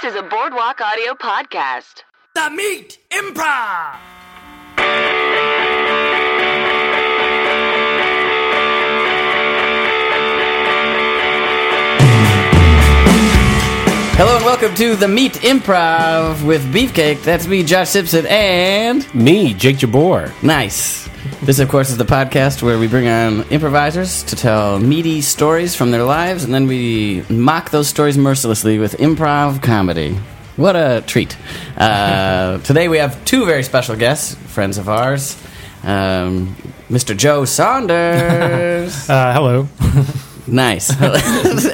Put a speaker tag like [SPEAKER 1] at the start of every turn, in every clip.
[SPEAKER 1] to the Boardwalk Audio Podcast.
[SPEAKER 2] The Meat Improv.
[SPEAKER 3] Hello and welcome to the Meat Improv with Beefcake. That's me, Josh Simpson, and
[SPEAKER 4] Me, Jake Jabor.
[SPEAKER 3] nice. This, of course, is the podcast where we bring on improvisers to tell meaty stories from their lives, and then we mock those stories mercilessly with improv comedy. What a treat! Uh, today we have two very special guests, friends of ours, um, Mr. Joe Saunders.
[SPEAKER 5] Uh, hello.
[SPEAKER 3] nice,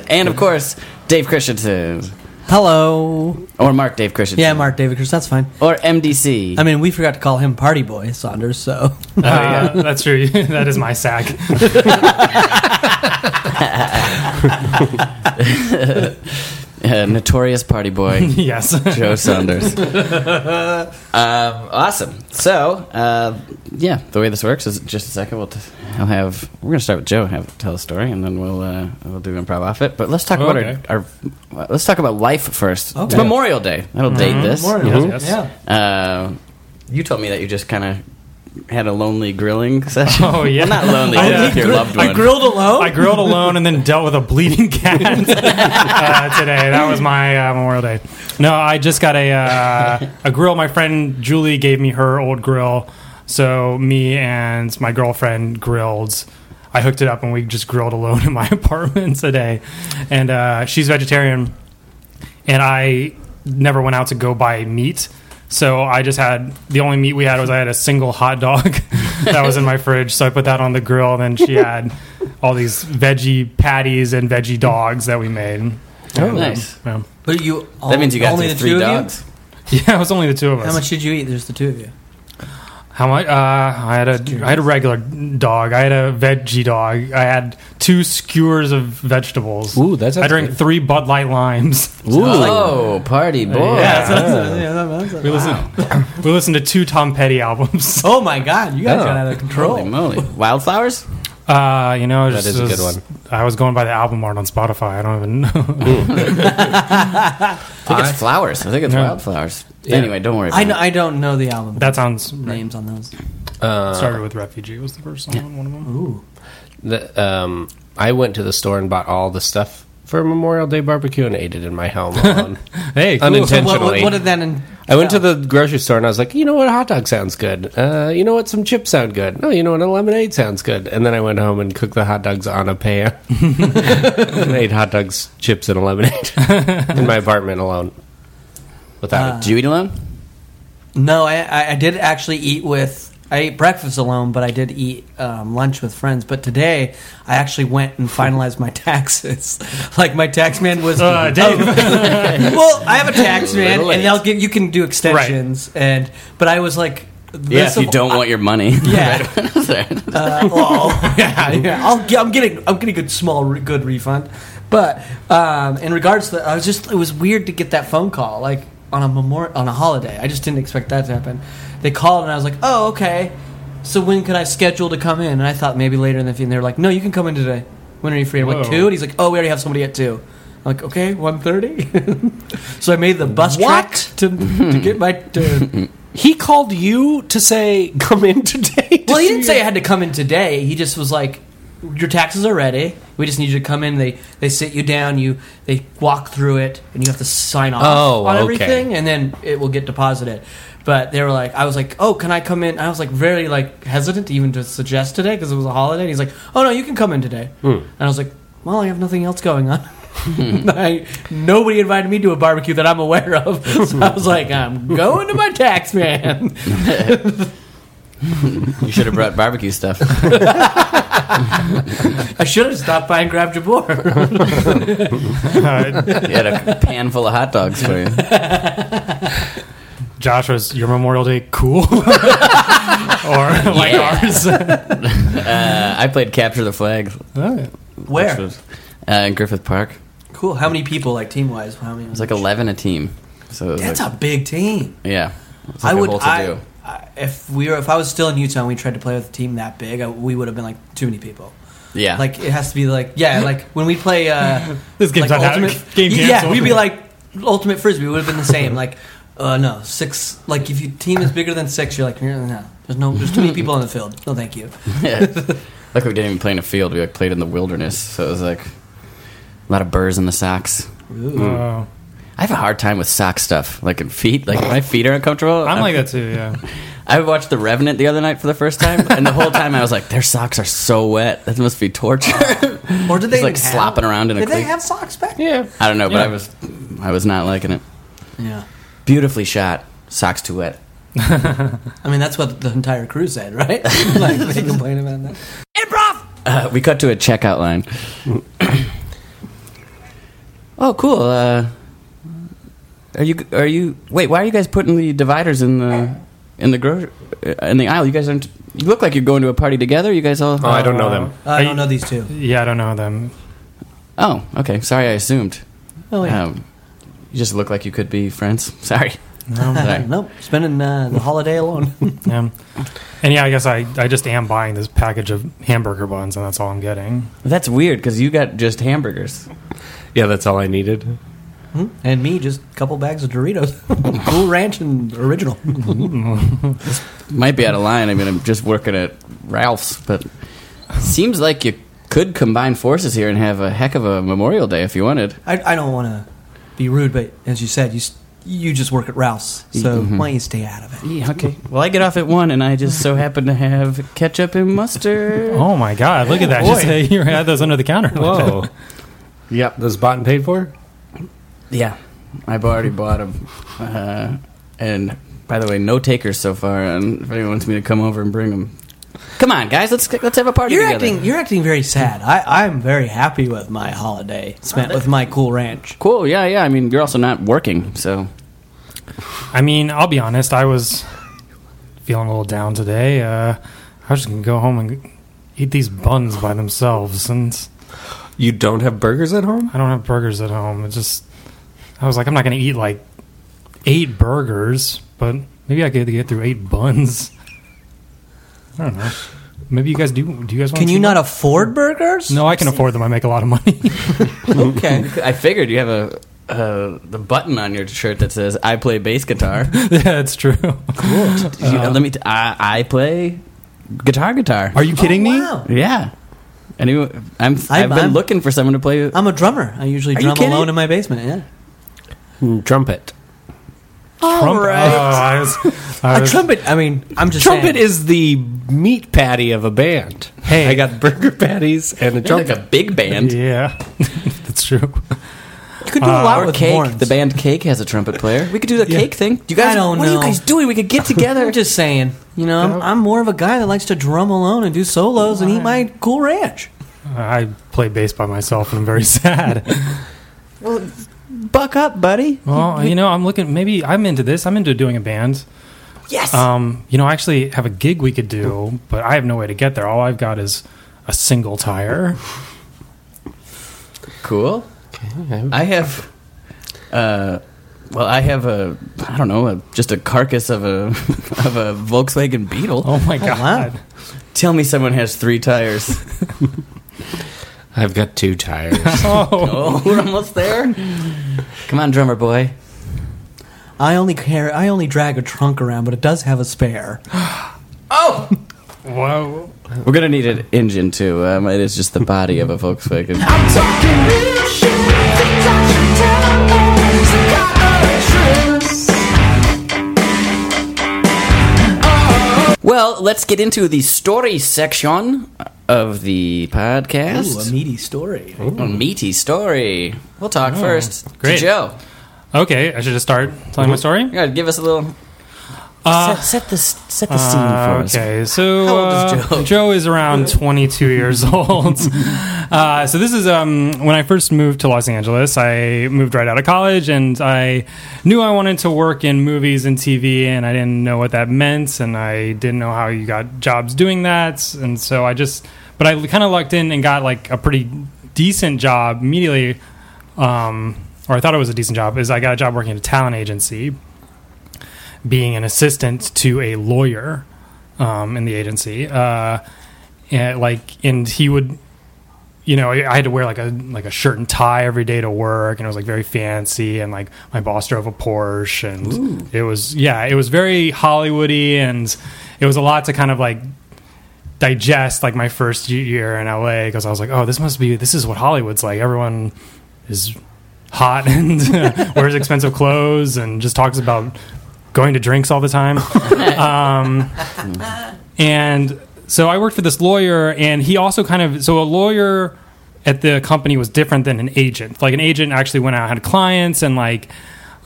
[SPEAKER 3] and of course Dave Christensen
[SPEAKER 5] Hello.
[SPEAKER 3] or Mark Dave Christensen.
[SPEAKER 5] Yeah, Mark David Chris, that's fine.
[SPEAKER 3] or MDC.
[SPEAKER 5] I mean, we forgot to call him Party Boy Saunders, so.
[SPEAKER 6] Uh, that's true. that is my sack.
[SPEAKER 3] Uh, notorious party boy
[SPEAKER 6] yes.
[SPEAKER 3] Joe Saunders. um, awesome. So, uh, yeah, the way this works is just a second. We'll t- I'll have we're gonna start with Joe have tell a story, and then we'll uh, we'll do improv off it. But let's talk about
[SPEAKER 6] Okay.
[SPEAKER 3] our, our let's talk about life first. It's
[SPEAKER 5] Okay. Mm-hmm.
[SPEAKER 3] Memorial Day. That'll date this.
[SPEAKER 6] Yes, yes.
[SPEAKER 5] Yeah.
[SPEAKER 3] Uh, you told me that you just kind of had a lonely grilling session.
[SPEAKER 6] Oh, yeah.
[SPEAKER 3] Well, not lonely.
[SPEAKER 6] I
[SPEAKER 3] but
[SPEAKER 6] did
[SPEAKER 3] with your
[SPEAKER 6] grill-
[SPEAKER 3] loved one.
[SPEAKER 5] I grilled alone?
[SPEAKER 6] I grilled alone and then dealt with a bleeding cat uh, today. That was my uh, Memorial Day. No, I just got a uh, a grill. My friend Julie gave me her old grill, so me and my girlfriend grilled. I hooked it up and we just grilled alone in my apartment today. And uh, she's vegetarian, and I never went out to go buy meat. So I just had the only meat we had was I had a single hot dog that was in my fridge. So I put that on the grill, and then she had all these veggie patties and veggie dogs that we made.
[SPEAKER 3] Oh, nice.
[SPEAKER 6] Yeah.
[SPEAKER 5] but you all,
[SPEAKER 3] That means you got
[SPEAKER 5] Oh. only
[SPEAKER 3] through
[SPEAKER 5] the
[SPEAKER 3] three
[SPEAKER 5] two
[SPEAKER 3] dogs.
[SPEAKER 5] of
[SPEAKER 6] Yeah, it was only the two of
[SPEAKER 5] you?
[SPEAKER 6] us.
[SPEAKER 5] How much did you eat? There's the two of you.
[SPEAKER 6] How much? Uh, I had a I had a regular dog. I had a veggie dog. I had two skewers of vegetables.
[SPEAKER 4] Ooh, that sounds
[SPEAKER 6] I drank
[SPEAKER 4] good.
[SPEAKER 6] three Bud Light limes.
[SPEAKER 3] Oh, party boy!
[SPEAKER 6] Yeah.
[SPEAKER 5] Yeah.
[SPEAKER 6] We listened. we listened to two Tom Petty albums.
[SPEAKER 5] Oh my god, you guys
[SPEAKER 4] Oh.
[SPEAKER 5] got out of
[SPEAKER 3] Holy
[SPEAKER 5] control.
[SPEAKER 3] moly! Wildflowers.
[SPEAKER 6] Uh, you know, just,
[SPEAKER 4] is a good
[SPEAKER 6] just-
[SPEAKER 4] one. Mm.
[SPEAKER 6] I was going by the album art on Spotify. I don't even know.
[SPEAKER 3] I think it's flowers. I think it's wildflowers. Anyway, don't worry. About
[SPEAKER 5] I, know, I don't know the album
[SPEAKER 6] that sounds right.
[SPEAKER 5] names on those.
[SPEAKER 4] Uh,
[SPEAKER 6] started with "Refugee" was the first song. One of them.
[SPEAKER 4] The, um, I went to the store and bought all the stuff for Memorial Day barbecue and ate it in my home alone.
[SPEAKER 6] Hey, cool.
[SPEAKER 5] What, what-
[SPEAKER 4] unintentionally.
[SPEAKER 5] what did that in-
[SPEAKER 4] I went to the grocery store and I was like, you know what, a hot dog sounds good. Uh, you know what, some chips sound good. No, you know what, a lemonade sounds good. And then I went home and cooked the hot dogs on a pan. and I ate hot dogs, chips, and a lemonade in my apartment alone.
[SPEAKER 5] uh,
[SPEAKER 4] Without
[SPEAKER 3] it. Did Uh, you eat alone?
[SPEAKER 5] No, I- I, I did actually eat with. I ate breakfast alone, but I did eat um, lunch with friends. But today, I actually went and finalized my taxes. like my tax man was.
[SPEAKER 6] Uh, Dave.
[SPEAKER 5] well, I have a tax man,
[SPEAKER 3] Little late.
[SPEAKER 5] and they'll give you can do extensions. And but I was like,
[SPEAKER 3] Yeah.
[SPEAKER 5] this
[SPEAKER 3] If you
[SPEAKER 5] will-
[SPEAKER 3] don't want your money.
[SPEAKER 5] Yeah.
[SPEAKER 3] Right.
[SPEAKER 5] uh, well, yeah, yeah. I'll, get- I'm getting, I'm getting a good, small, re- good refund. But um, in regards to, I was just, it was weird to get that phone call, like on a memorial, on a holiday. I just didn't expect that to happen. They called and I was like, oh, okay. So when can I schedule to come in? And I thought maybe later in the evening. They're like, no, you can come in today. When are you free? I'm like
[SPEAKER 6] Whoa.
[SPEAKER 5] two, and he's like, oh, we already have somebody at two. I'm like, okay, 1.30? so I made the bus
[SPEAKER 4] What?
[SPEAKER 5] trip to, to get my. To,
[SPEAKER 4] he called you to say, come in today. to
[SPEAKER 5] Well, he
[SPEAKER 4] see
[SPEAKER 5] didn't
[SPEAKER 4] your-
[SPEAKER 5] say I had to come in today. He just was like, "Your taxes are ready. We just need you to come in." They they sit you down. You they walk through it, and you have to sign off
[SPEAKER 4] Oh,
[SPEAKER 5] on
[SPEAKER 4] okay.
[SPEAKER 5] everything, and then it will get deposited. But they were like, I was like, "Oh, can I come in?" I was like, very like hesitant to even to suggest today because it was a holiday. And he's like, "Oh no, you can come in today."
[SPEAKER 4] Hmm.
[SPEAKER 5] And I was like, "Well, I have nothing else going on." I, nobody invited me to a barbecue that I'm aware of, so I was like, "I'm going to my tax man."
[SPEAKER 3] You should have brought barbecue stuff.
[SPEAKER 5] I should have stopped by and grabbed your board.
[SPEAKER 6] Uh,
[SPEAKER 3] You had a pan full of hot dogs for you.
[SPEAKER 6] Josh, was your Memorial Day cool, or like
[SPEAKER 3] Yeah.
[SPEAKER 6] ours?
[SPEAKER 3] Uh, I played Capture the Flag. which
[SPEAKER 4] Mm.
[SPEAKER 5] Where?
[SPEAKER 3] was, uh, in Griffith Park. It
[SPEAKER 5] cool. How many people, like team wise? How many?
[SPEAKER 3] was like 11 a team. So it was
[SPEAKER 5] That's
[SPEAKER 3] like,
[SPEAKER 5] a big team.
[SPEAKER 3] Yeah. It was
[SPEAKER 5] I
[SPEAKER 3] like a
[SPEAKER 5] would.
[SPEAKER 3] whole
[SPEAKER 5] I,
[SPEAKER 3] to-do.
[SPEAKER 5] I, if we were, if I was still in Utah and we tried to play with a team that big, I, we would have been like too many people.
[SPEAKER 3] yeah.
[SPEAKER 5] Like it has to be like yeah, like when we play. Uh,
[SPEAKER 6] This game's
[SPEAKER 5] like
[SPEAKER 6] not happening. Game
[SPEAKER 5] yeah,
[SPEAKER 6] canceled.
[SPEAKER 5] we'd be like ultimate frisbee would have been the same. Like, uh, no, six. Like, if your team is bigger than six, you're like, no, no, there's no, there's too many people on the field. No, thank you.
[SPEAKER 3] Like we didn't even play in a field. We like played in the wilderness. So it was like a lot of burrs in the socks. Mm.
[SPEAKER 6] Oh.
[SPEAKER 3] I have a hard time with sock stuff, like in feet. Like my feet are uncomfortable.
[SPEAKER 6] I'm like that too. Yeah.
[SPEAKER 3] I watched The Revenant the other night for the first time, and the whole time I was like, "Their socks are so wet. That must be torture."
[SPEAKER 5] Or did they
[SPEAKER 3] like,
[SPEAKER 5] even have-
[SPEAKER 3] slopping around in a
[SPEAKER 5] Did they
[SPEAKER 3] cleat.
[SPEAKER 5] have socks back?
[SPEAKER 4] Yeah.
[SPEAKER 3] I don't know, but
[SPEAKER 4] Yeah.
[SPEAKER 3] I was, I was not liking it.
[SPEAKER 5] Yeah.
[SPEAKER 3] Beautifully shot. Socks too wet.
[SPEAKER 5] I mean, that's what the entire crew said, right? like, they complain about that.
[SPEAKER 3] Uh, we cut to a checkout line. oh, cool. Uh, are you? Are you? Wait, why are you guys putting the dividers in the in the grocery uh, in the aisle? You guys aren't. You look like you're going to a party together. You guys all.
[SPEAKER 4] Oh, I don't know them.
[SPEAKER 5] Uh, I don't know these two.
[SPEAKER 6] Yeah, I don't know them.
[SPEAKER 3] Oh, okay. Sorry, I assumed.
[SPEAKER 5] Oh, yeah.
[SPEAKER 3] Um, you just look like you could be friends. Sorry.
[SPEAKER 5] Uh, nope. Spending uh, the holiday alone.
[SPEAKER 6] Yeah. And yeah, I guess I, I just am buying this package of hamburger buns, and that's all I'm getting.
[SPEAKER 3] That's weird because you got just hamburgers.
[SPEAKER 4] Yeah, that's all I needed.
[SPEAKER 5] and me, just a couple bags of Doritos. cool Ranch and original.
[SPEAKER 3] Might be out of line. I mean, I'm just working at Ralph's, but seems like you could combine forces here and have a heck of a Memorial Day if you wanted.
[SPEAKER 5] I, I don't want to be rude, but as you said, you s- you just work at Ralph's, so why don't you stay out of it?
[SPEAKER 3] Yeah, okay. Well, I get off at one, and I just so happen to have ketchup and mustard.
[SPEAKER 6] Oh my God! Look at that! Just
[SPEAKER 4] Boy.
[SPEAKER 6] you had those under the counter.
[SPEAKER 4] Whoa. yep, those bought and paid for.
[SPEAKER 3] Yeah, I've already bought them. Uh, and by the way, no takers so far. And if anyone wants me to come over and bring them, come on, guys, let's let's have a party.
[SPEAKER 5] You're
[SPEAKER 3] together.
[SPEAKER 5] acting you're acting very sad. I, I'm very happy with my holiday spent with my cool ranch.
[SPEAKER 3] Cool. Yeah, yeah. I mean, you're also not working, so
[SPEAKER 6] I mean, I'll be honest. I was feeling a little down today. Uh, I was just gonna go home and eat these buns by themselves, since
[SPEAKER 4] You don't have burgers at home?
[SPEAKER 6] I don't have burgers at home. It just I was like, I'm not gonna eat like eight burgers, but maybe I could get through eight buns. I don't know. Maybe you guys do. Do you guys? Want
[SPEAKER 5] Can
[SPEAKER 6] some
[SPEAKER 5] you not
[SPEAKER 6] buns?
[SPEAKER 5] afford burgers?
[SPEAKER 6] no, I can afford them. I make a lot of money.
[SPEAKER 5] Okay.
[SPEAKER 3] I figured you have a. Uh, the button on your shirt that says "I play bass guitar." You
[SPEAKER 6] yeah, that's true.
[SPEAKER 3] know, let me. T- I, I play guitar, guitar.
[SPEAKER 6] Are you kidding me?
[SPEAKER 5] Wow.
[SPEAKER 3] yeah. Anyway, I'm. I've, been
[SPEAKER 5] I'm-
[SPEAKER 3] looking for someone to play.
[SPEAKER 5] I'm a drummer. I usually
[SPEAKER 3] Are you
[SPEAKER 5] drum
[SPEAKER 3] kidding?
[SPEAKER 5] alone in my basement. Yeah.
[SPEAKER 4] Mm, Trumpet.
[SPEAKER 6] Trump- Oh, I was, I
[SPEAKER 5] A
[SPEAKER 6] was-
[SPEAKER 5] trumpet. I mean, I'm just
[SPEAKER 4] Trumpet
[SPEAKER 5] saying.
[SPEAKER 4] is the meat patty of a band. Hey, I got burger patties and a
[SPEAKER 3] You're like
[SPEAKER 4] trumpet.
[SPEAKER 3] a big band.
[SPEAKER 6] yeah, that's true.
[SPEAKER 5] you could do a lot
[SPEAKER 3] Or
[SPEAKER 5] with
[SPEAKER 3] Cake.
[SPEAKER 5] horns.
[SPEAKER 3] The band Cake has a trumpet player. We could do the Cake thing. Do you guys?
[SPEAKER 5] I don't
[SPEAKER 3] what are
[SPEAKER 5] know.
[SPEAKER 3] you guys doing? We could get together.
[SPEAKER 5] I'm just saying. You know, I'm, I'm more of a guy that likes to drum alone and do solos and eat my cool ranch.
[SPEAKER 6] I play bass by myself, and I'm very sad.
[SPEAKER 3] buck up, buddy.
[SPEAKER 6] Well, you know, I'm looking. Maybe I'm into this. I'm into doing a band.
[SPEAKER 3] Yes.
[SPEAKER 6] Um, you know, I actually have a gig we could do, but I have no way to get there. All I've got is a single tire.
[SPEAKER 3] Cool. I have, uh, well, I have a, I don't know, a, just a carcass of a of a Volkswagen Beetle.
[SPEAKER 6] Oh my god!
[SPEAKER 3] Tell me, someone has three tires.
[SPEAKER 4] I've got two tires.
[SPEAKER 6] Oh,
[SPEAKER 3] oh, we're almost there. Come on, drummer boy.
[SPEAKER 5] I only carry, I only drag a trunk around, but it does have a spare.
[SPEAKER 6] whoa!
[SPEAKER 3] We're gonna need an engine too. Um, it is just the body of a Volkswagen. Well, let's get into the story section of the
[SPEAKER 5] Ooh, a
[SPEAKER 3] podcast.
[SPEAKER 5] meaty story.
[SPEAKER 3] a meaty story. We'll talk first. to
[SPEAKER 6] great.
[SPEAKER 3] Joe.
[SPEAKER 6] Okay, I should just start telling my story.
[SPEAKER 3] Yeah, give us a little.
[SPEAKER 6] Uh,
[SPEAKER 3] set, set the set the scene
[SPEAKER 6] Uh,
[SPEAKER 3] for us.
[SPEAKER 6] Okay, so
[SPEAKER 3] How old is
[SPEAKER 6] uh,
[SPEAKER 3] Joe?
[SPEAKER 6] Joe is around 22 years old. Uh, so this is um, when I first moved to Los Angeles. I moved right out of college, and I knew I wanted to work in movies and TV, and I didn't know what that meant, and I didn't know how you got jobs doing that, and so I just, but I kind of lucked in and got like a pretty decent job immediately. Um, or I thought it was a decent job. Is I got a job working at a talent agency, being an assistant to a lawyer um, in the agency. Uh, and, like, and he would you know, I I had to wear like a like a shirt and tie every day to work, and it was like very fancy. And like my boss drove a Porsche, and it was yeah, it was very Hollywoody, and it was a lot to kind of like digest like my first y- year in LA because I was like, oh, this must be this is what Hollywood's like. Everyone is hot and wears expensive clothes and just talks about going to drinks all the time. um, and so I worked for this lawyer, and he also kind of so a lawyer at the company was different than an agent. Like an agent actually went out had clients and like.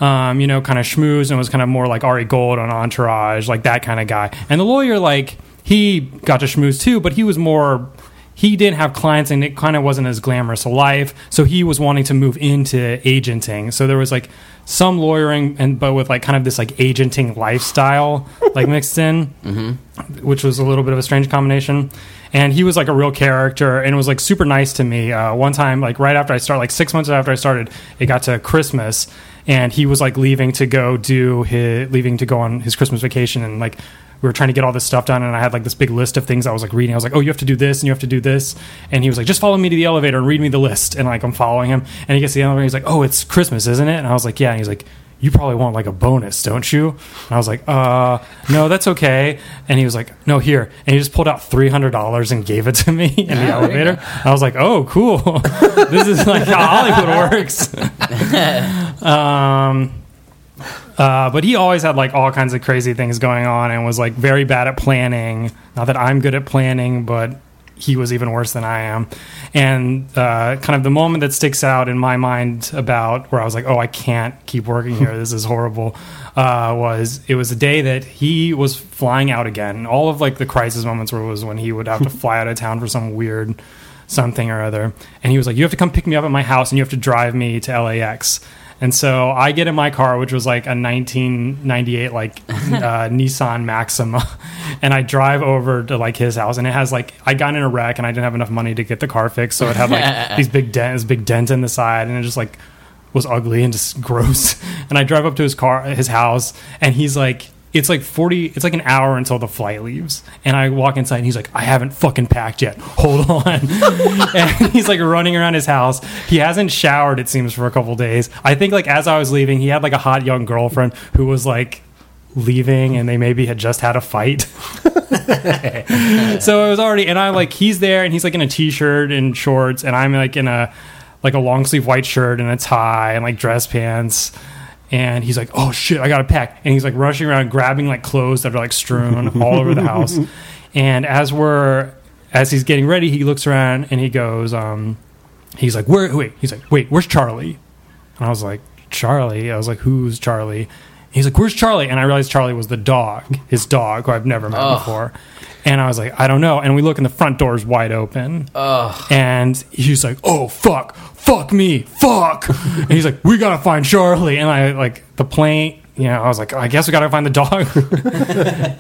[SPEAKER 6] Um, you know, kind of schmooze and was kind of more like Ari Gold on Entourage, like that kind of guy. And the lawyer, like, he got to schmooze too, but he was more he didn't have clients and it kind of wasn't as glamorous a life so he was wanting to move into agenting so there was like some lawyering and but with like kind of this like agenting lifestyle like mixed in which was a little bit of a strange combination and he was like a real character and was like super nice to me uh, one time like right after i started like six months after i started it got to christmas and he was like leaving to go do his leaving to go on his christmas vacation and like we were trying to get all this stuff done and i had like this big list of things i was like reading i was like oh you have to do this and you have to do this and he was like just follow me to the elevator and read me the list and like i'm following him and he gets to the elevator and he's like oh it's christmas isn't it and i was like yeah and he's like you probably want like a bonus, don't you? And I was like, uh, no, that's okay. And he was like, no, here. And he just pulled out $300 and gave it to me in the elevator. I was like, oh, cool. this is like how Hollywood works. um, uh, but he always had like all kinds of crazy things going on and was like very bad at planning. Not that I'm good at planning, but he was even worse than I am. And uh, kind of the moment that sticks out in my mind about where I was like, oh, I can't keep working here. This is horrible. Uh, was it was the day that he was flying out again. All of like the crisis moments were was when he would have to fly out of town for some weird something or other. And he was like, You have to come pick me up at my house and you have to drive me to LAX. And so I get in my car, which was like a 1998 like uh, Nissan Maxima, and I drive over to like his house, and it has like I got in a wreck, and I didn't have enough money to get the car fixed, so it had like these big dents, big dent in the side, and it just like was ugly and just gross. And I drive up to his car, his house, and he's like, it's like 40, it's like an hour until the flight leaves. And I walk inside and he's like, I haven't fucking packed yet. Hold on. and he's like running around his house. He hasn't showered, it seems, for a couple days. I think like as I was leaving, he had like a hot young girlfriend who was like, leaving and they maybe had just had a fight so it was already and i'm like he's there and he's like in a t-shirt and shorts and i'm like in a like a long sleeve white shirt and a tie and like dress pants and he's like oh shit i gotta pack and he's like rushing around grabbing like clothes that are like strewn all over the house and as we're as he's getting ready he looks around and he goes um he's like where wait he's like wait where's charlie and I was like, Charlie? I was like, who's Charlie? He's like, where's Charlie? And I realized Charlie was the dog, his dog, who I've never met before. And I was like, I don't know. And we look, and the front door's wide open. And he's like, oh, fuck, fuck me, fuck. and he's like, we gotta find Charlie. And I, like, the plane, you know, I was like, I guess we gotta find the dog.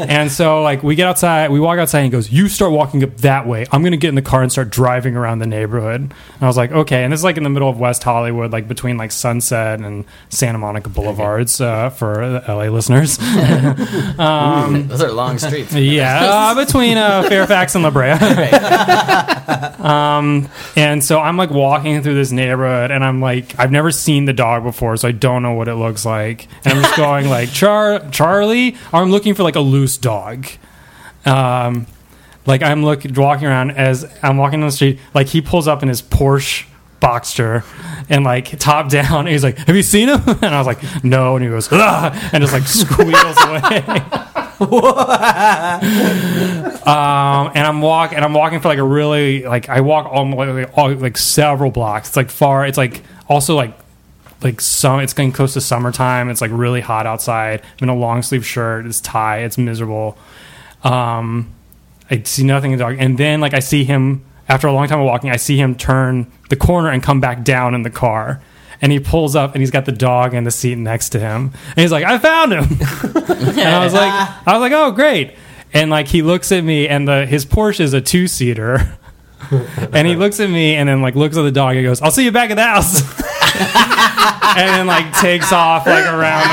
[SPEAKER 6] And so, like, we get outside, we walk outside, and he goes, You start walking up that way. I'm going to get in the car and start driving around the neighborhood. And I was like, Okay. And this is like in the middle of West Hollywood, like between like Sunset and Santa Monica Boulevards uh, for the LA listeners.
[SPEAKER 3] Those are long streets.
[SPEAKER 6] yeah. Uh, between uh, Fairfax and La Brea. um, and so I'm like walking through this neighborhood, and I'm like, I've never seen the dog before, so I don't know what it looks like. And I'm just going, like, Char- Charlie, I'm looking for like a loose dog um, like I'm look walking around as I'm walking down the street, like he pulls up in his Porsche Boxster and like top down, and he's like, "Have you seen him?" And I was like, "No," and he goes, "Ah," and just like squeals away. um, and I'm walk and I'm walking for like a really like I walk all, like, all like several blocks. It's like far. It's like also like like some it's getting close to summertime it's like really hot outside i'm in a long sleeve shirt it's tie it's miserable um i see nothing in the dark and then like i see him after a long time of walking i see him turn the corner and come back down in the car and he pulls up and he's got the dog in the seat next to him and he's like i found him and I was like, I was like, oh great. And like he looks at me, and the his Porsche is a two seater, and he looks at me, and then like looks at the dog and goes, "I'll see you back at the house." and then like takes off like around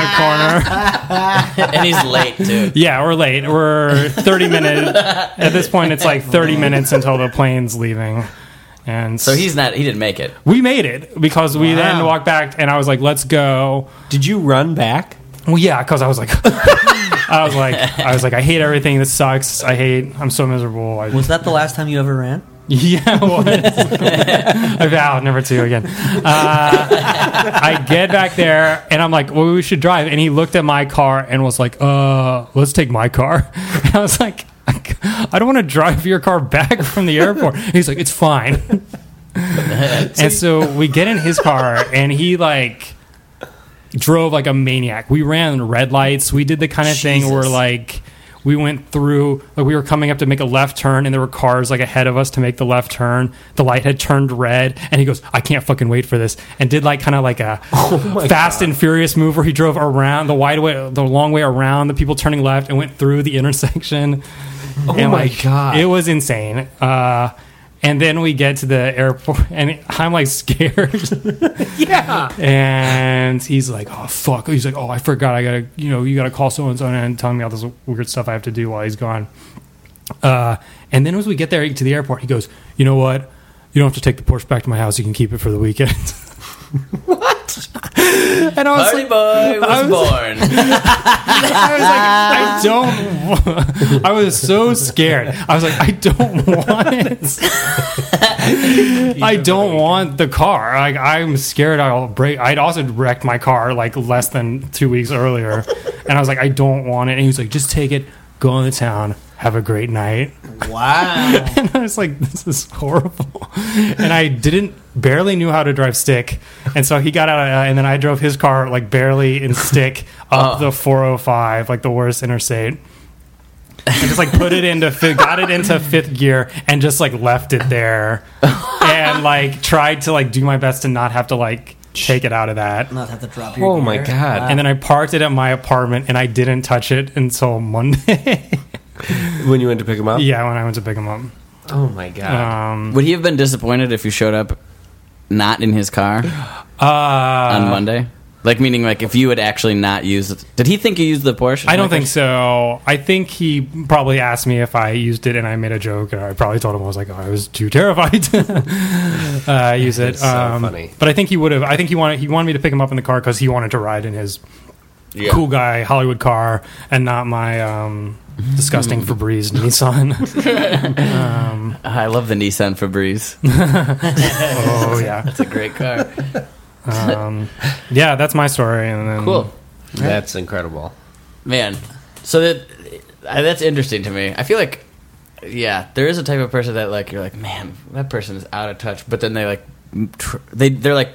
[SPEAKER 6] the corner.
[SPEAKER 3] and he's late, too.
[SPEAKER 6] Yeah, we're late. We're 30 minutes. At this point, it's like 30 minutes until the plane's leaving. And
[SPEAKER 3] So he's not. He didn't make it.
[SPEAKER 6] we made it because we then
[SPEAKER 4] Wow.
[SPEAKER 6] walked back, and I was like, "Let's go."
[SPEAKER 4] Did you run back?
[SPEAKER 6] Well, yeah, because I was like, I was like, I was like, I hate everything. This sucks. I hate. I'm so miserable. I,
[SPEAKER 5] Was that the last time you ever ran?
[SPEAKER 6] yeah, what? I vow never to again. Uh, I get back there and I'm like, well, we should drive. And he looked at my car and was like, uh, let's take my car. And I was like, I don't want to drive your car back from the airport. He's like, it's fine. and so we get in his car and he like drove like a maniac. We ran red lights. We did the kind of thing where
[SPEAKER 3] Jesus.
[SPEAKER 6] like we went through like we were coming up to make a left turn and there were cars like ahead of us to make the left turn. The light had turned red and he goes, "I can't fucking wait for this." And did like kind of like a fast and furious move where he drove around the wide way the long way around the people turning left and went through the intersection. Oh
[SPEAKER 4] my God.
[SPEAKER 6] It was insane. Uh and then we get to the airport, and I'm like scared. And he's like, "Oh fuck!" He's like, "Oh, I forgot. I gotta, you know, you gotta call so and so and tell me all this weird stuff I have to do while he's gone." Uh, and then as we get there to the airport, he goes, "You know what? You don't have to take the Porsche back to my house. You can keep it for the weekend." what? And I was
[SPEAKER 3] Party
[SPEAKER 6] like,
[SPEAKER 3] boy was
[SPEAKER 6] I
[SPEAKER 3] born.
[SPEAKER 6] I was like, I don't. wa- I was so scared. I was like, I don't want it. I don't want the car. Like, I'm scared. I'll break. I'd also wrecked my car like less than two weeks earlier, and I was like, I don't want it. And he was like, just take it. Go into town. Have a great night.
[SPEAKER 3] wow.
[SPEAKER 6] And I was like, this is horrible. And I didn't barely knew how to drive stick. And so he got out, uh, and then I drove his car like barely in stick up the 405, like the worst interstate. And just like put it into fi- got it into fifth gear and just like left it there and like tried to like do my best to not have to like take it out of that.
[SPEAKER 5] Not have to drop your
[SPEAKER 4] Oh my
[SPEAKER 5] gear.
[SPEAKER 4] god!
[SPEAKER 6] And then I parked it at my apartment and I didn't touch it until Monday.
[SPEAKER 4] when you went to pick him up?
[SPEAKER 6] yeah, when I went to pick him up.
[SPEAKER 4] Oh my god!
[SPEAKER 3] Would he have been disappointed if you showed up not in his car
[SPEAKER 6] Uh,
[SPEAKER 3] on Monday? Like meaning like if you had actually not used Did he think you used the Porsche?
[SPEAKER 6] I don't think so. I think he probably asked me if I used it, and I made a joke, and I probably told him I was like, oh, I was too terrified to uh, use it.
[SPEAKER 4] That's so funny.
[SPEAKER 6] But I think he would have. I think he wanted he wanted me to pick him up in the car because he wanted to ride in his cool guy Hollywood car and not my um, disgusting
[SPEAKER 4] Hmm.
[SPEAKER 6] Febreze Nissan.
[SPEAKER 3] I love the Nissan Febreze.
[SPEAKER 6] oh yeah,
[SPEAKER 3] It's a great car.
[SPEAKER 6] yeah. That's my story. And then
[SPEAKER 3] Cool.
[SPEAKER 4] That's incredible.
[SPEAKER 3] Man. So that I- that's interesting to me. I feel like yeah, there is a type of person that like you're like, man, that person is out of touch, but then they like tr- they they're like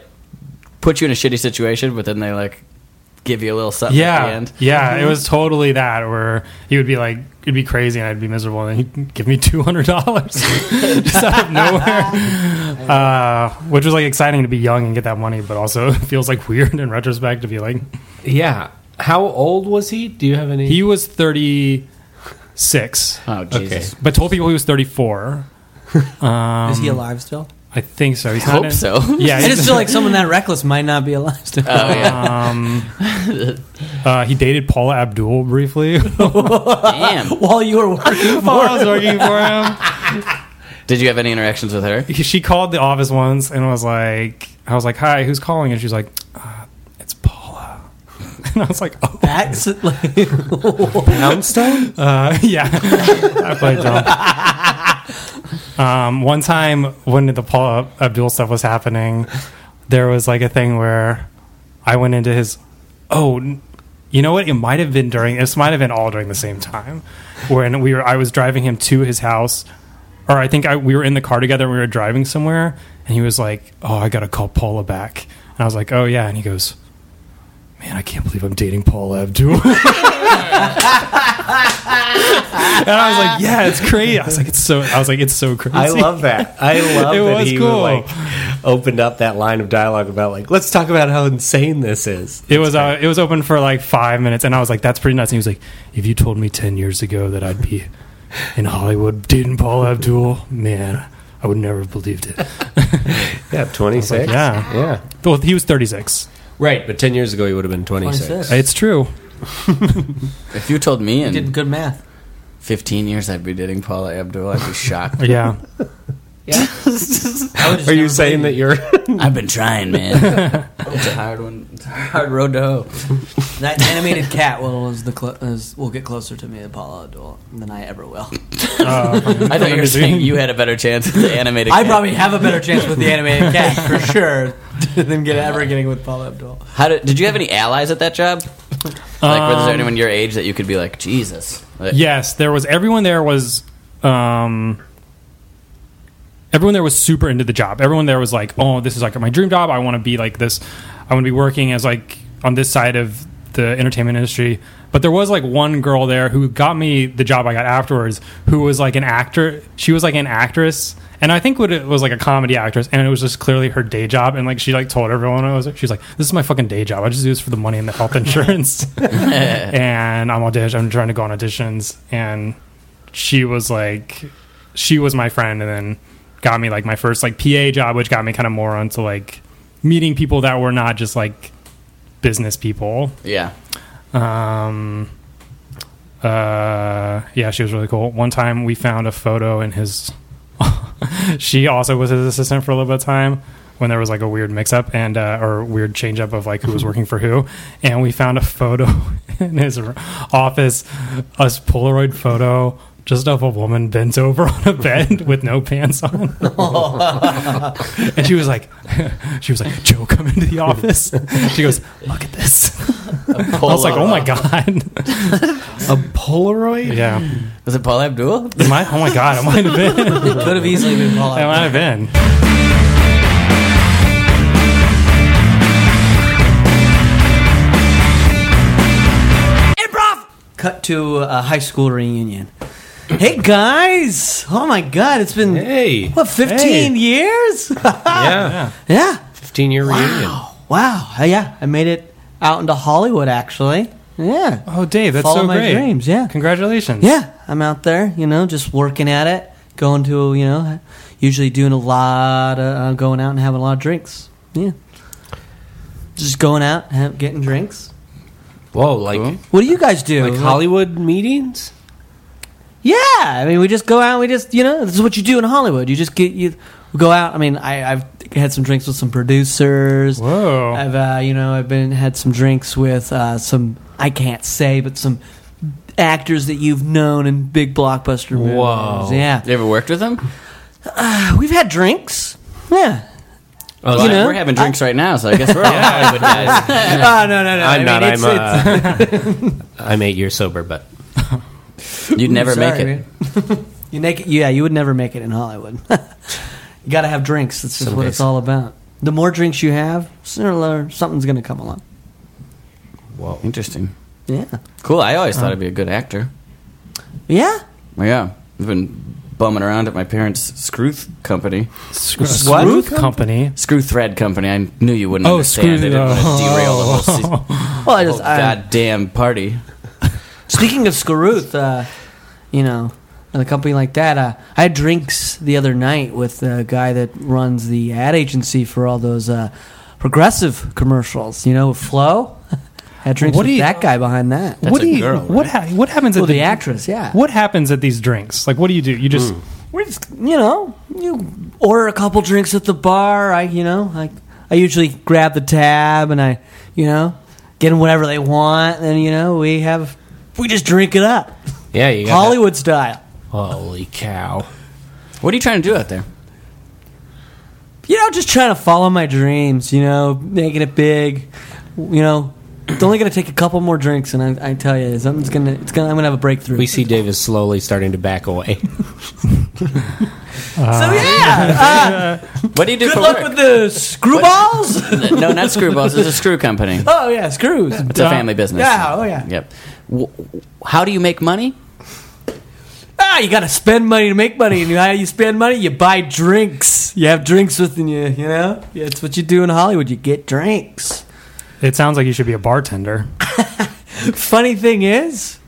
[SPEAKER 3] put you in a shitty situation, but then they like give you a little something at the
[SPEAKER 6] Yeah,
[SPEAKER 3] end. Mm-hmm.
[SPEAKER 6] yeah. It was totally that where he would be like, it'd be crazy, and I'd be miserable, and he'd give me two hundred dollars just out of nowhere, uh, which was like exciting to be young and get that money, but also feels like weird in retrospect to be like,
[SPEAKER 4] Yeah. How old was he? Do you have any?
[SPEAKER 6] he was thirty six,
[SPEAKER 3] Oh Jesus.
[SPEAKER 6] but told people he was thirty four.
[SPEAKER 5] Is he alive still?
[SPEAKER 6] I think so. He's
[SPEAKER 3] Hope
[SPEAKER 6] not in-
[SPEAKER 3] so.
[SPEAKER 6] Yeah,
[SPEAKER 5] I just
[SPEAKER 6] he's-
[SPEAKER 5] feel like someone that reckless might not be alive still.
[SPEAKER 3] Oh yeah.
[SPEAKER 6] uh, he dated Paula Abdul briefly while
[SPEAKER 3] Damn.
[SPEAKER 5] While you were working for
[SPEAKER 6] I was working for him.
[SPEAKER 3] Did you have any interactions with her?
[SPEAKER 6] she called the office once and was like, I was like, hi, who's calling? And she's like, uh, it's Paula. And I was like, oh,
[SPEAKER 5] That's like,
[SPEAKER 4] Poundstone?
[SPEAKER 6] uh, yeah. I played dumb. Um, one time when the Paula Abdul stuff was happening, there was like a thing where I went into his, oh, n- you know what? It might have been during, this might have been all during the same time when we were, I was driving him to his house or I think I, we were in the car together and we were driving somewhere, and he was like, "Oh, I gotta call Paula back," and I was like, "Oh yeah," and he goes, "Man, I can't believe I'm dating Paula Abdul." and I was like, "Yeah, it's crazy." I was like, "It's so," I was like, "It's so crazy."
[SPEAKER 4] I love that. I love
[SPEAKER 6] It
[SPEAKER 4] that
[SPEAKER 6] was
[SPEAKER 4] he
[SPEAKER 6] cool.
[SPEAKER 4] like opened up that line of dialogue about like let's talk about how insane this is.
[SPEAKER 6] It was uh, it was open for like five minutes, and I was like, "That's pretty nuts." And he was like, "If you told me ten years ago that I'd be in Hollywood dating Paula Abdul, man, I would never have believed it."
[SPEAKER 4] Yeah, twenty six.
[SPEAKER 6] yeah.
[SPEAKER 4] yeah.
[SPEAKER 6] Well, he was thirty six.
[SPEAKER 4] Right, but ten years ago he would have been twenty
[SPEAKER 5] 26.
[SPEAKER 4] six.
[SPEAKER 6] It's true.
[SPEAKER 3] If you told me in
[SPEAKER 5] did good math.
[SPEAKER 3] 15 years I'd be dating Paula Abdul, I'd be shocked.
[SPEAKER 6] Yeah.
[SPEAKER 4] Are you saying that you're?
[SPEAKER 3] I've been trying, man. it's a hard one. It's a hard road to hoe.
[SPEAKER 5] That animated cat will is the clo- is, will get closer to me than Paula Abdul than I ever will.
[SPEAKER 6] Uh,
[SPEAKER 3] I thought you were saying you had a better chance at the animated.
[SPEAKER 5] I
[SPEAKER 3] cat.
[SPEAKER 5] probably have a better chance with the animated cat for sure than get ever getting with Paula Abdul.
[SPEAKER 4] Uh-huh.
[SPEAKER 3] How did, did you have any allies at that job? Like,
[SPEAKER 6] Um,
[SPEAKER 3] was there anyone your age that you could be like, Jesus? Like,
[SPEAKER 6] Yes, there was everyone there was um everyone there was super into the job. Everyone there was like, "Oh, this is like my dream job. I want to be like this. I want to be working as like on this side of the entertainment industry." But there was like one girl there who got me the job I got afterwards, who was like an actor. She was like an actress, and I think what it was like a comedy actress, and it was just clearly her day job. And like she like told everyone, I was like, she's like, "This is my fucking day job. I just do this for the money and the health insurance." and I'm audition. I'm trying to go on auditions, and she was like, she was my friend, and then got me like my first like PA job, which got me kind of more onto like meeting people that were not just like business people.
[SPEAKER 3] Yeah.
[SPEAKER 6] Um, uh, yeah, she was really cool. One time we found a photo in his. she also was his assistant for a little bit of time when there was like a weird mix up and uh, or weird change up of like who was working for who. And we found a photo in his r- office, a s- Polaroid photo. Just of a woman bent over on a bed with no pants on, and she was like, "She was like, Joe, come into the office." She goes, "Look at this." I was like, oh my god,
[SPEAKER 4] A Polaroid?
[SPEAKER 6] yeah,
[SPEAKER 3] Was it Paul Abdul?
[SPEAKER 6] Am I- oh my god, it might have been, it
[SPEAKER 5] It could have easily been Paula. Abdul.
[SPEAKER 6] might have been.
[SPEAKER 2] Improv!
[SPEAKER 5] Cut to a high school reunion. Hey guys! Oh my god, it's been
[SPEAKER 4] Hey.
[SPEAKER 5] what 15 years?
[SPEAKER 4] Yeah.
[SPEAKER 5] yeah.
[SPEAKER 4] 15 year reunion.
[SPEAKER 5] Wow. Uh, yeah, I made it out into Hollywood actually. Yeah.
[SPEAKER 6] Oh, Dave, that's
[SPEAKER 5] Follow
[SPEAKER 6] so
[SPEAKER 5] my
[SPEAKER 6] great.
[SPEAKER 5] dreams, yeah.
[SPEAKER 6] congratulations.
[SPEAKER 5] Yeah, I'm out there, you know, just working at it, going to, you know, usually doing a lot of uh, going out and having a lot of drinks. Yeah. Just going out, have, getting drinks.
[SPEAKER 4] Whoa, like
[SPEAKER 3] Cool.
[SPEAKER 5] What do you guys do?
[SPEAKER 4] like Hollywood meetings?
[SPEAKER 5] Yeah, I mean, we just go out. We just, you know, this is what you do in Hollywood. You just get you go out. I mean, I, I've had some drinks with some producers.
[SPEAKER 6] Whoa.
[SPEAKER 5] I've, uh, you know, I've been had some drinks with uh, some I can't say, but some actors that you've known in big blockbuster movies.
[SPEAKER 4] Whoa.
[SPEAKER 5] Yeah,
[SPEAKER 3] You ever worked with them?
[SPEAKER 5] we've had drinks. Yeah.
[SPEAKER 3] Oh,
[SPEAKER 5] You know,
[SPEAKER 3] we're having drinks right now, so I guess we're all Hollywood guys.
[SPEAKER 5] Oh no no no!
[SPEAKER 4] I'm not.
[SPEAKER 5] it's-
[SPEAKER 4] I'm.
[SPEAKER 5] it's-
[SPEAKER 4] Uh, I'm eight years sober, but
[SPEAKER 3] You'd never
[SPEAKER 5] sorry,
[SPEAKER 3] make it.
[SPEAKER 5] man. you make it. Yeah, you would never make it in Hollywood. you got to have drinks. That's just what it's
[SPEAKER 4] Someplace.
[SPEAKER 5] all about. The more drinks you have, sooner or later something's going to come along.
[SPEAKER 4] whoa.
[SPEAKER 3] Interesting.
[SPEAKER 5] Yeah.
[SPEAKER 3] Cool. I always
[SPEAKER 6] Uh-huh.
[SPEAKER 3] thought I'd be a good actor.
[SPEAKER 5] Yeah.
[SPEAKER 3] Yeah. I've been bumming around at my parents' screw th- company,
[SPEAKER 6] Screw Screw company.
[SPEAKER 3] screw thread company. I knew you wouldn't
[SPEAKER 6] Oh,
[SPEAKER 3] understand. I
[SPEAKER 6] screw-
[SPEAKER 3] didn't want to
[SPEAKER 6] oh.
[SPEAKER 3] derail the whole, se-
[SPEAKER 5] Well,
[SPEAKER 3] whole
[SPEAKER 5] I just I,
[SPEAKER 3] Oh, goddamn party.
[SPEAKER 5] speaking of Skaruth, uh, you know, and a company like that. Uh, I had drinks the other night with the guy that runs the ad agency for all those uh, progressive commercials. You know, with Flo. had drinks
[SPEAKER 6] What
[SPEAKER 5] with
[SPEAKER 6] do you-
[SPEAKER 5] that guy behind that.
[SPEAKER 3] That's
[SPEAKER 6] what
[SPEAKER 3] a
[SPEAKER 6] do you?
[SPEAKER 3] girl, right?
[SPEAKER 6] What ha- What happens
[SPEAKER 5] Well,
[SPEAKER 6] at the,
[SPEAKER 5] the actress, yeah.
[SPEAKER 6] What happens at these drinks? Like, what do you do? You just
[SPEAKER 5] We're just, you know, you order a couple drinks at the bar. I, you know, I, I usually grab the tab and I, you know, get them whatever they want. And then, you know, we have, we just drink it up,
[SPEAKER 4] Yeah, you got
[SPEAKER 5] Hollywood style.
[SPEAKER 4] that- Holy cow!
[SPEAKER 3] What are you trying to do out there?
[SPEAKER 5] You know, just trying to follow my dreams. You know, making it big. You know, it's only gonna take a couple more drinks, and I, I tell you, something's gonna, it's gonna, I'm gonna have a breakthrough.
[SPEAKER 4] We see Dave is slowly starting to back away.
[SPEAKER 5] so yeah, uh,
[SPEAKER 3] What do you do
[SPEAKER 5] good
[SPEAKER 3] for
[SPEAKER 5] luck
[SPEAKER 3] work?
[SPEAKER 5] with the screwballs.
[SPEAKER 3] no, not screwballs. It's a screw company.
[SPEAKER 5] oh yeah, screws.
[SPEAKER 3] It's a family business.
[SPEAKER 5] Yeah, oh yeah.
[SPEAKER 3] Yep. W- how do you make money?
[SPEAKER 5] Ah, you gotta spend money to make money, and you know how you spend money? You buy drinks. You have drinks within you, you know? Yeah, it's what you do in Hollywood. You get drinks.
[SPEAKER 6] it sounds like you should be a bartender.
[SPEAKER 5] Funny thing is,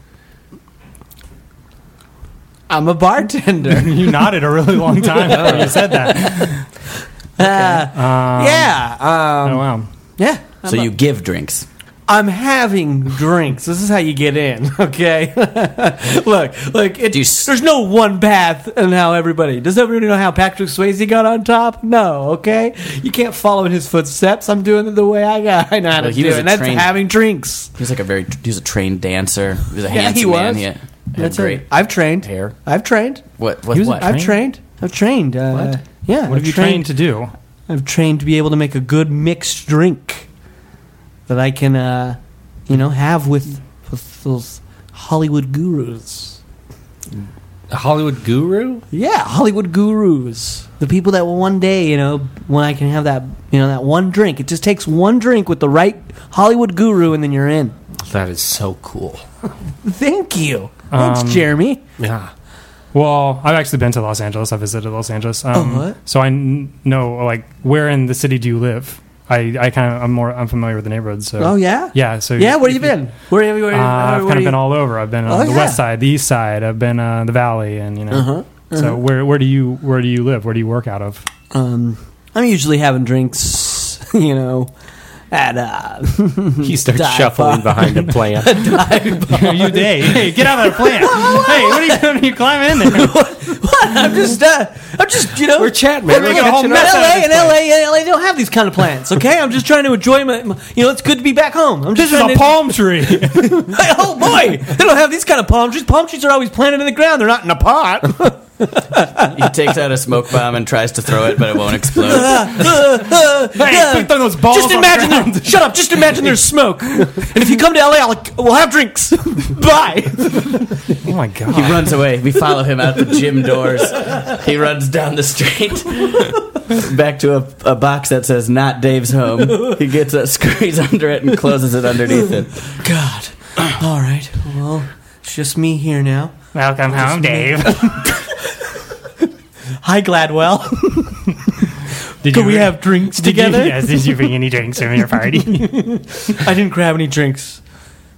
[SPEAKER 5] I'm a bartender.
[SPEAKER 6] you nodded a really long time after you said that.
[SPEAKER 5] Ah, yeah, um,
[SPEAKER 6] Oh wow.
[SPEAKER 5] yeah. uh,
[SPEAKER 3] So you give drinks.
[SPEAKER 5] I'm having drinks. This is how you get in, okay? Look, like it,
[SPEAKER 3] Do you s-
[SPEAKER 5] there's no one path and how everybody. Does everybody know how Patrick Swayze got on top? No, okay? You can't follow in his footsteps. I'm doing it the way I got. I know how to
[SPEAKER 3] Well, he
[SPEAKER 5] do
[SPEAKER 3] was
[SPEAKER 5] it.
[SPEAKER 3] a
[SPEAKER 5] And that's
[SPEAKER 3] trained-
[SPEAKER 5] having drinks.
[SPEAKER 3] He was like a very he was a trained dancer. He was a
[SPEAKER 5] Yeah,
[SPEAKER 3] handsome
[SPEAKER 5] he
[SPEAKER 3] man.
[SPEAKER 5] was.
[SPEAKER 3] He had, had
[SPEAKER 5] That's
[SPEAKER 3] great.
[SPEAKER 5] it. I've trained.
[SPEAKER 3] hair.
[SPEAKER 5] I've trained.
[SPEAKER 3] What
[SPEAKER 5] He
[SPEAKER 3] what
[SPEAKER 5] was-
[SPEAKER 3] what?
[SPEAKER 5] I've trained. I've trained. Uh,
[SPEAKER 3] What?
[SPEAKER 5] Yeah.
[SPEAKER 6] What
[SPEAKER 5] I've
[SPEAKER 6] have you trained to do?
[SPEAKER 5] I've trained to be able to make a good mixed drink that I can, uh, you know, have with, with those Hollywood gurus.
[SPEAKER 4] Hollywood guru?
[SPEAKER 5] Yeah, Hollywood gurus. The people that will one day, you know, when I can have that, you know, that one drink. It just takes one drink with the right Hollywood guru, and then you're in.
[SPEAKER 4] That is so cool.
[SPEAKER 5] Thank you. Thanks,
[SPEAKER 6] Um,
[SPEAKER 5] Jeremy.
[SPEAKER 4] Yeah.
[SPEAKER 6] Well, I've actually been to Los Angeles. I visited Los Angeles. Um,
[SPEAKER 5] Oh, what?
[SPEAKER 6] So I kn- know like where in the city do you live? I, I kind of I'm more I'm familiar with the neighborhood. So
[SPEAKER 5] Oh yeah.
[SPEAKER 6] yeah. So
[SPEAKER 5] Yeah. Where
[SPEAKER 6] if
[SPEAKER 5] you been? Where have you? Where,
[SPEAKER 6] Uh, I've
[SPEAKER 5] where
[SPEAKER 6] kind of
[SPEAKER 5] you-
[SPEAKER 6] been all over. I've been on
[SPEAKER 5] Oh,
[SPEAKER 6] the
[SPEAKER 5] yeah.
[SPEAKER 6] west side, the east side. I've been uh, the valley, and you know. So where where do you where do you live? Where do you work out of?
[SPEAKER 5] Um, I'm usually having drinks, you know, at uh,
[SPEAKER 4] He starts
[SPEAKER 5] Die
[SPEAKER 4] shuffling
[SPEAKER 5] bar.
[SPEAKER 4] behind a plant.
[SPEAKER 6] you day. Hey, get out of that plant. hey, what are you doing? You climbing in there?
[SPEAKER 5] I'm just, uh, I'm just, you know,
[SPEAKER 4] We're chatting, man.
[SPEAKER 5] We're
[SPEAKER 4] We're
[SPEAKER 5] making a whole
[SPEAKER 4] catching
[SPEAKER 5] mess
[SPEAKER 4] up.
[SPEAKER 5] LA and LA and LA don't have these kind of plans. Okay, I'm just trying to enjoy my, my- you know, it's good to be back home. I'm just
[SPEAKER 6] This is
[SPEAKER 5] trying
[SPEAKER 6] a
[SPEAKER 5] to,
[SPEAKER 6] palm tree.
[SPEAKER 5] Hey, oh boy, they don't have these kind of palm trees. Palm trees are always planted in the ground. They're not in a pot.
[SPEAKER 3] he takes out a smoke bomb and tries to throw it, but it won't explode.
[SPEAKER 5] Yeah.
[SPEAKER 6] put those balls
[SPEAKER 5] just
[SPEAKER 6] on
[SPEAKER 5] imagine.
[SPEAKER 6] the ground.
[SPEAKER 5] there- shut up. Just imagine there's smoke. And if you come to LA, I'll, we'll have drinks. Bye.
[SPEAKER 6] oh my
[SPEAKER 3] he
[SPEAKER 6] god.
[SPEAKER 3] runs away. We follow him out the gym doors. He runs down the street back to a, a box that says "Not Dave's Home." He gets a scurries under it and closes it underneath it.
[SPEAKER 5] God. All right. Well, it's just me here now.
[SPEAKER 6] Welcome home, Dave.
[SPEAKER 5] Hi, Gladwell.
[SPEAKER 6] Did
[SPEAKER 5] Can we have drinks together?
[SPEAKER 6] did you bring any drinks from your party?
[SPEAKER 5] I didn't grab any drinks.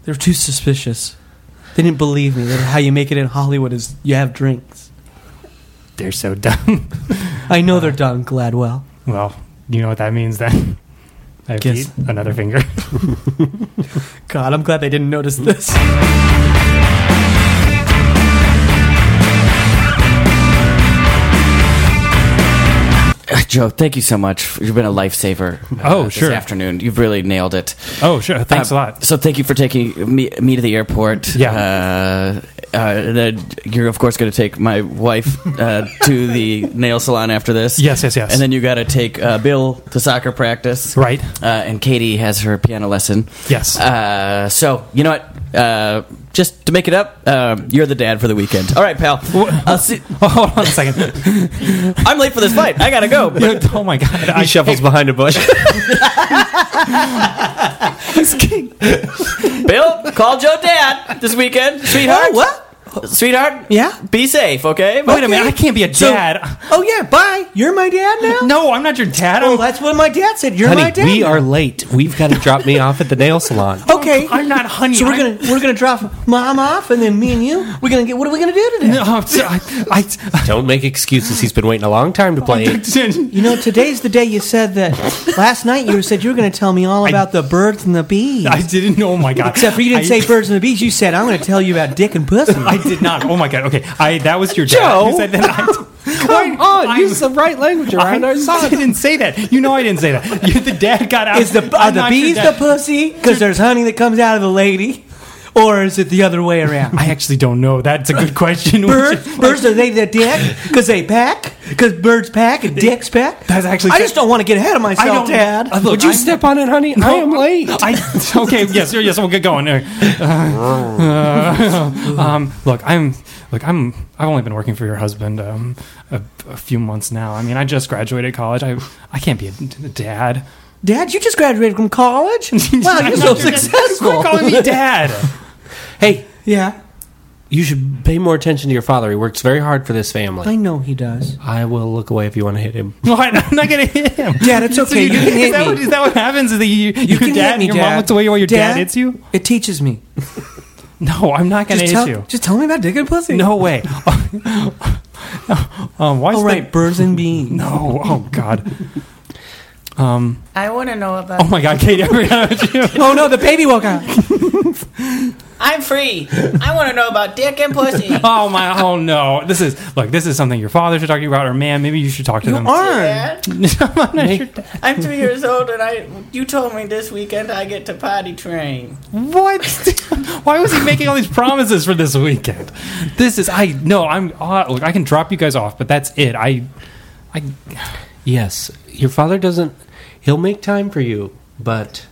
[SPEAKER 5] They were too suspicious. They didn't believe me that how you make it in Hollywood is you have drinks.
[SPEAKER 6] They're so dumb.
[SPEAKER 5] I know they're done, Gladwell.
[SPEAKER 6] Well, you know what that means then. I have to
[SPEAKER 5] Guess-
[SPEAKER 6] eat another finger.
[SPEAKER 5] God, I'm glad they didn't notice this.
[SPEAKER 3] Uh, Joe, thank you so much. You've been a lifesaver. uh,
[SPEAKER 6] Oh,
[SPEAKER 3] this
[SPEAKER 6] sure.
[SPEAKER 3] afternoon, you've really nailed it.
[SPEAKER 6] Oh, sure. Thanks
[SPEAKER 3] Uh,
[SPEAKER 6] a lot.
[SPEAKER 3] So thank you for taking me, me to the airport.
[SPEAKER 6] Yeah.
[SPEAKER 3] Uh, uh, then you're of course going to take my wife uh, to the nail salon after this.
[SPEAKER 6] Yes, yes, yes.
[SPEAKER 3] And then you got to take uh, Bill to soccer practice.
[SPEAKER 6] Right.
[SPEAKER 3] Uh, and Katie has her piano lesson.
[SPEAKER 6] Yes.
[SPEAKER 3] Uh, so you know what? Uh, just to make it up, uh, you're the dad for the weekend. All right, pal. I'll see.
[SPEAKER 6] Oh, hold on a second.
[SPEAKER 3] I'm late for this flight. I gotta go.
[SPEAKER 6] oh my god. I,
[SPEAKER 4] He shuffles behind a bush.
[SPEAKER 3] Bill, call Joe Dad this weekend, sweetheart.
[SPEAKER 5] Oh, what?
[SPEAKER 3] Sweetheart,
[SPEAKER 5] Yeah?
[SPEAKER 3] Be safe, okay?
[SPEAKER 6] wait a minute. I can't be a
[SPEAKER 5] So-
[SPEAKER 6] dad.
[SPEAKER 5] Oh yeah, bye. You're my dad now.
[SPEAKER 6] no, I'm not your dad.
[SPEAKER 5] Oh,
[SPEAKER 6] I'm,
[SPEAKER 5] that's what my dad said. You're my
[SPEAKER 4] Honey,
[SPEAKER 5] dad.
[SPEAKER 4] we
[SPEAKER 5] now.
[SPEAKER 4] are late. We've got to drop me off at the nail salon.
[SPEAKER 5] okay.
[SPEAKER 6] I'm not honey.
[SPEAKER 5] so we're
[SPEAKER 6] I'm-
[SPEAKER 5] gonna we're gonna drop mom off, and then me and you. We're gonna get. What are we gonna do today?
[SPEAKER 6] No, I'm so- I, I,
[SPEAKER 4] Don't make excuses. He's been waiting a long time to play.
[SPEAKER 5] You know, today's the day you said that. last night you said you were gonna tell me all about the birds and the bees.
[SPEAKER 6] I didn't. Oh my god!
[SPEAKER 5] Except for you didn't
[SPEAKER 6] I,
[SPEAKER 5] say birds and the bees. You said I'm gonna tell you about dick and pussy.
[SPEAKER 6] I did not. Oh my god. Okay. I that was your
[SPEAKER 4] Joe!
[SPEAKER 6] dad who said that. I,
[SPEAKER 4] Come on, use the right language around our
[SPEAKER 6] I
[SPEAKER 4] side.
[SPEAKER 6] didn't say that. You know I didn't say that. You, the dad got out.
[SPEAKER 5] Is the are
[SPEAKER 6] I'm
[SPEAKER 5] the
[SPEAKER 6] not your
[SPEAKER 5] bees
[SPEAKER 6] dad.
[SPEAKER 5] the pussy? Because there's honey that comes out of the lady, or is it the other way around?
[SPEAKER 6] I actually don't know. That's a good question.
[SPEAKER 5] Birds, birds are they the dick? Because they pack. Because birds pack and dicks pack.
[SPEAKER 6] That's actually-
[SPEAKER 5] I just don't want to get ahead of myself,
[SPEAKER 6] don't-
[SPEAKER 5] Dad.
[SPEAKER 6] I- look,
[SPEAKER 4] Would you
[SPEAKER 6] I'm-
[SPEAKER 4] step on it, honey? I am late.
[SPEAKER 6] I, okay. Yes. Yes. We'll get going. Uh, uh, um, look, I'm. Look, I'm. I've only been working for your husband um, a, a few months now. I mean, I just graduated college. I. I can't be a d- dad.
[SPEAKER 5] Dad, you just graduated from college. Wow, you're so
[SPEAKER 6] Quit
[SPEAKER 5] successful.
[SPEAKER 6] calling me dad.
[SPEAKER 4] Hey,
[SPEAKER 5] Yeah,
[SPEAKER 4] you should pay more attention to your father. He works very hard for this family.
[SPEAKER 5] I know he does.
[SPEAKER 4] I will look away if you want to hit him.
[SPEAKER 6] Why? I'm not gonna hit him.
[SPEAKER 5] Dad, it's
[SPEAKER 6] So
[SPEAKER 5] okay.
[SPEAKER 6] you-
[SPEAKER 5] You can
[SPEAKER 6] is,
[SPEAKER 5] hit
[SPEAKER 6] that
[SPEAKER 5] me.
[SPEAKER 6] what, is that what happens? Is that you,
[SPEAKER 5] You
[SPEAKER 6] your
[SPEAKER 5] can
[SPEAKER 6] dad,
[SPEAKER 5] hit me,
[SPEAKER 6] your
[SPEAKER 5] Dad.
[SPEAKER 6] mom looks away while your dad, hits you?
[SPEAKER 5] It teaches me.
[SPEAKER 6] No, I'm not gonna
[SPEAKER 5] Just
[SPEAKER 6] hit
[SPEAKER 5] tell,
[SPEAKER 6] you.
[SPEAKER 5] just tell me about dick and pussy.
[SPEAKER 6] No way. um, why is
[SPEAKER 5] All right,
[SPEAKER 6] the,
[SPEAKER 5] birds and bees.
[SPEAKER 6] No. Oh God. Um,
[SPEAKER 7] I want to know about.
[SPEAKER 6] oh my God, Katie, I forgot about you.
[SPEAKER 5] Oh no, the baby woke up.
[SPEAKER 7] I'm free. I want to know about dick and pussy.
[SPEAKER 6] Oh my! Oh no! This is look. This is something your father should talk to you about, or man, maybe you should talk to
[SPEAKER 5] You
[SPEAKER 6] them.
[SPEAKER 5] aren't.
[SPEAKER 7] Dad, I'm three years old, and I. You told me this weekend I get to potty train.
[SPEAKER 6] What? Why was he making all these promises for this weekend? This is I no. I'm uh, look. I can drop you guys off, but that's it. I, I.
[SPEAKER 4] Yes, your father doesn't. He'll make time for you, but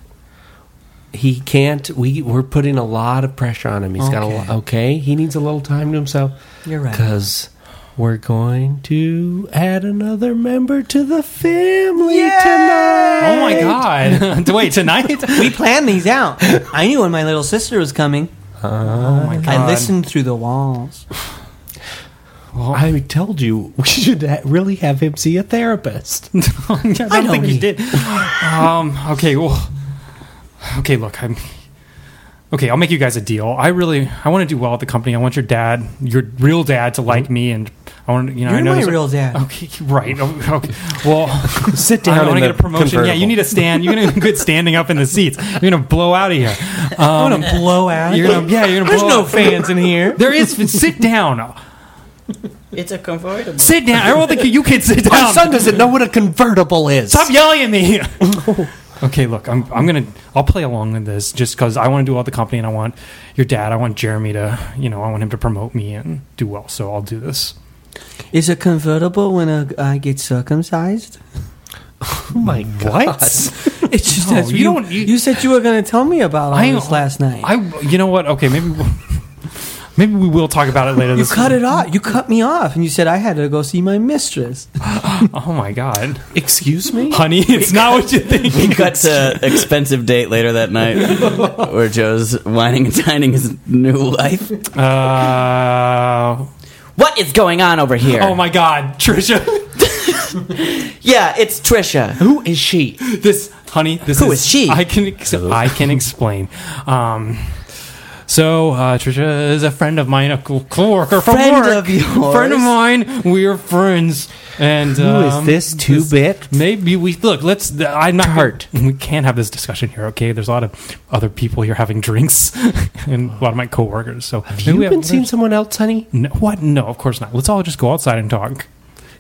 [SPEAKER 4] he can't. We we're putting a lot of pressure on him. He's got a lot. Okay, he needs a little time to himself.
[SPEAKER 5] You're right.
[SPEAKER 4] Because we're going to add another member to the family tonight.
[SPEAKER 6] Oh my god! Wait, tonight?
[SPEAKER 5] We planned these out. I knew when my little sister was coming.
[SPEAKER 6] Oh my god!
[SPEAKER 5] I listened through the walls.
[SPEAKER 4] I told you we should ha- really have him see a therapist.
[SPEAKER 6] I don't think you did. um. Okay. Well. Okay. Look. I'm. Okay. I'll make you guys a deal. I really. I want to do well at the company. I want your dad, your real dad, to like me, and I want. You know. I
[SPEAKER 5] Mm-hmm. You're
[SPEAKER 6] know
[SPEAKER 5] my
[SPEAKER 6] there's a-
[SPEAKER 5] real dad.
[SPEAKER 6] Okay. Right. oh, Okay. Well.
[SPEAKER 4] Sit
[SPEAKER 6] I
[SPEAKER 4] down
[SPEAKER 6] want
[SPEAKER 4] in
[SPEAKER 6] to
[SPEAKER 4] the
[SPEAKER 6] get a promotion. Yeah, you need to stand. You're gonna get standing up in the seats. You're gonna blow out of here. Um,
[SPEAKER 5] I'm gonna blow out.
[SPEAKER 6] you're gonna yeah. You're gonna
[SPEAKER 5] There's
[SPEAKER 6] blow
[SPEAKER 5] no
[SPEAKER 6] out.
[SPEAKER 5] fans in here.
[SPEAKER 6] There is. Sit down.
[SPEAKER 7] It's a convertible.
[SPEAKER 6] Sit down. I don't think you kids sit
[SPEAKER 4] My
[SPEAKER 6] down.
[SPEAKER 4] son doesn't know what a convertible is.
[SPEAKER 6] Stop yelling at me. okay, look, I'm I'm gonna I'll play along with this just because I want to do all the company and I want your dad. I want Jeremy to you know I want him to promote me and do well. So I'll do this.
[SPEAKER 5] Is a convertible when a, I get circumcised?
[SPEAKER 4] Oh my god.
[SPEAKER 5] It's just
[SPEAKER 6] No,
[SPEAKER 5] that's what
[SPEAKER 6] you
[SPEAKER 5] you,
[SPEAKER 6] don't- you-
[SPEAKER 5] you, said you were going to tell me about all
[SPEAKER 6] I-
[SPEAKER 5] this last night.
[SPEAKER 6] I you know what? Okay, maybe we'll, maybe we will talk about it later.
[SPEAKER 5] you
[SPEAKER 6] this
[SPEAKER 5] cut it off. You cut me off, and you said I had to go see my mistress.
[SPEAKER 6] Oh my god,
[SPEAKER 4] Excuse me?
[SPEAKER 6] honey, it's not what you think.
[SPEAKER 3] He cut to expensive date later that night, where Joe's whining and dining his new life.
[SPEAKER 6] Uh,
[SPEAKER 3] What is going on over here?
[SPEAKER 6] oh my god, Trisha,
[SPEAKER 3] Yeah, it's Trisha.
[SPEAKER 4] Who is she?
[SPEAKER 6] this honey, this
[SPEAKER 3] Who is she?
[SPEAKER 6] I can ex- I can explain. Um. So uh, Trisha is a friend of mine, a co- coworker from
[SPEAKER 3] Friend
[SPEAKER 6] work,
[SPEAKER 3] of yours?
[SPEAKER 6] friend of mine. We are friends, and
[SPEAKER 4] Who is
[SPEAKER 6] um,
[SPEAKER 4] this two bit?
[SPEAKER 6] Maybe we look. Let's. th- I'm not
[SPEAKER 4] Tart.
[SPEAKER 6] We can't have this discussion here, okay? There's a lot of other people here having drinks, and a lot of my coworkers. So have
[SPEAKER 4] You been seeing someone else, honey?
[SPEAKER 6] No, what? No, of course not. Let's all just go outside and talk.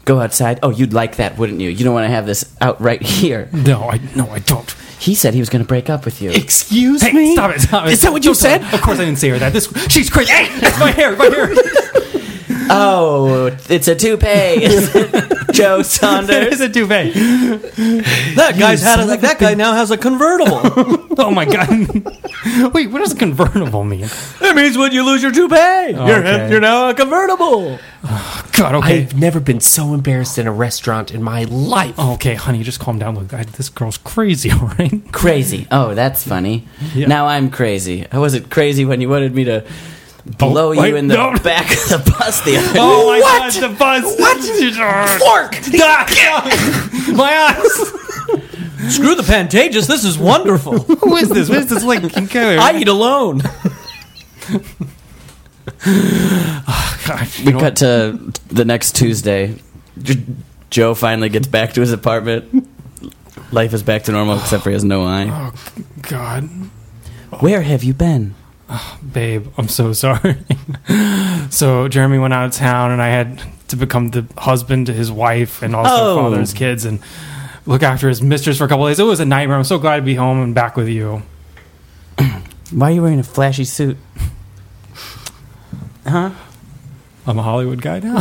[SPEAKER 3] Go outside. Oh, you'd like that, wouldn't you? You don't want to have this out right here.
[SPEAKER 6] No, I no, I don't.
[SPEAKER 3] He said he was going to break up with you.
[SPEAKER 4] Excuse
[SPEAKER 6] Hey,
[SPEAKER 4] me?
[SPEAKER 6] stop it! Stop it!
[SPEAKER 4] Is that what you
[SPEAKER 6] Don't tell
[SPEAKER 4] said?
[SPEAKER 6] her. Of course, I didn't say her that. This she's crazy. Hey, that's my hair, my hair.
[SPEAKER 3] Oh, it's a toupee. Joe
[SPEAKER 6] It
[SPEAKER 3] Saunders.
[SPEAKER 6] is a duvet.
[SPEAKER 5] That guy's had a, that guy now has a convertible.
[SPEAKER 6] Oh my god! Wait, what does a convertible mean?
[SPEAKER 5] that means when you lose your toupee,
[SPEAKER 6] Okay.
[SPEAKER 5] you're, you're now a convertible.
[SPEAKER 6] God, okay,
[SPEAKER 4] I've never been so embarrassed in a restaurant in my life.
[SPEAKER 6] okay, honey, just calm down. Look, I, this girl's crazy, all right?
[SPEAKER 3] crazy. Oh, that's funny.
[SPEAKER 6] Yeah.
[SPEAKER 3] Now I'm crazy. I wasn't crazy when you wanted me to blow
[SPEAKER 6] Oh, wait,
[SPEAKER 3] you in the
[SPEAKER 6] no.
[SPEAKER 3] back of the bus the other
[SPEAKER 6] Oh my god, the buzz! What?
[SPEAKER 4] Fork!
[SPEAKER 5] Ah,
[SPEAKER 6] my eyes!
[SPEAKER 5] Screw the Pantages. This is wonderful.
[SPEAKER 6] Who is this? What is this like?
[SPEAKER 5] I eat alone.
[SPEAKER 3] We cut to the next Tuesday. J- Joe finally gets back to his apartment. Life is back to normal except for he has no eye.
[SPEAKER 6] Oh God,
[SPEAKER 3] Where have you been?
[SPEAKER 6] babe, I'm so sorry. so Jeremy went out of town, and I had to become the husband to his wife, and also
[SPEAKER 3] Oh.
[SPEAKER 6] father his kids, and look after his mistress for a couple of days. It was a nightmare. I'm so glad to be home and back with you.
[SPEAKER 3] Why are you wearing a flashy suit?
[SPEAKER 6] I'm a Hollywood guy now.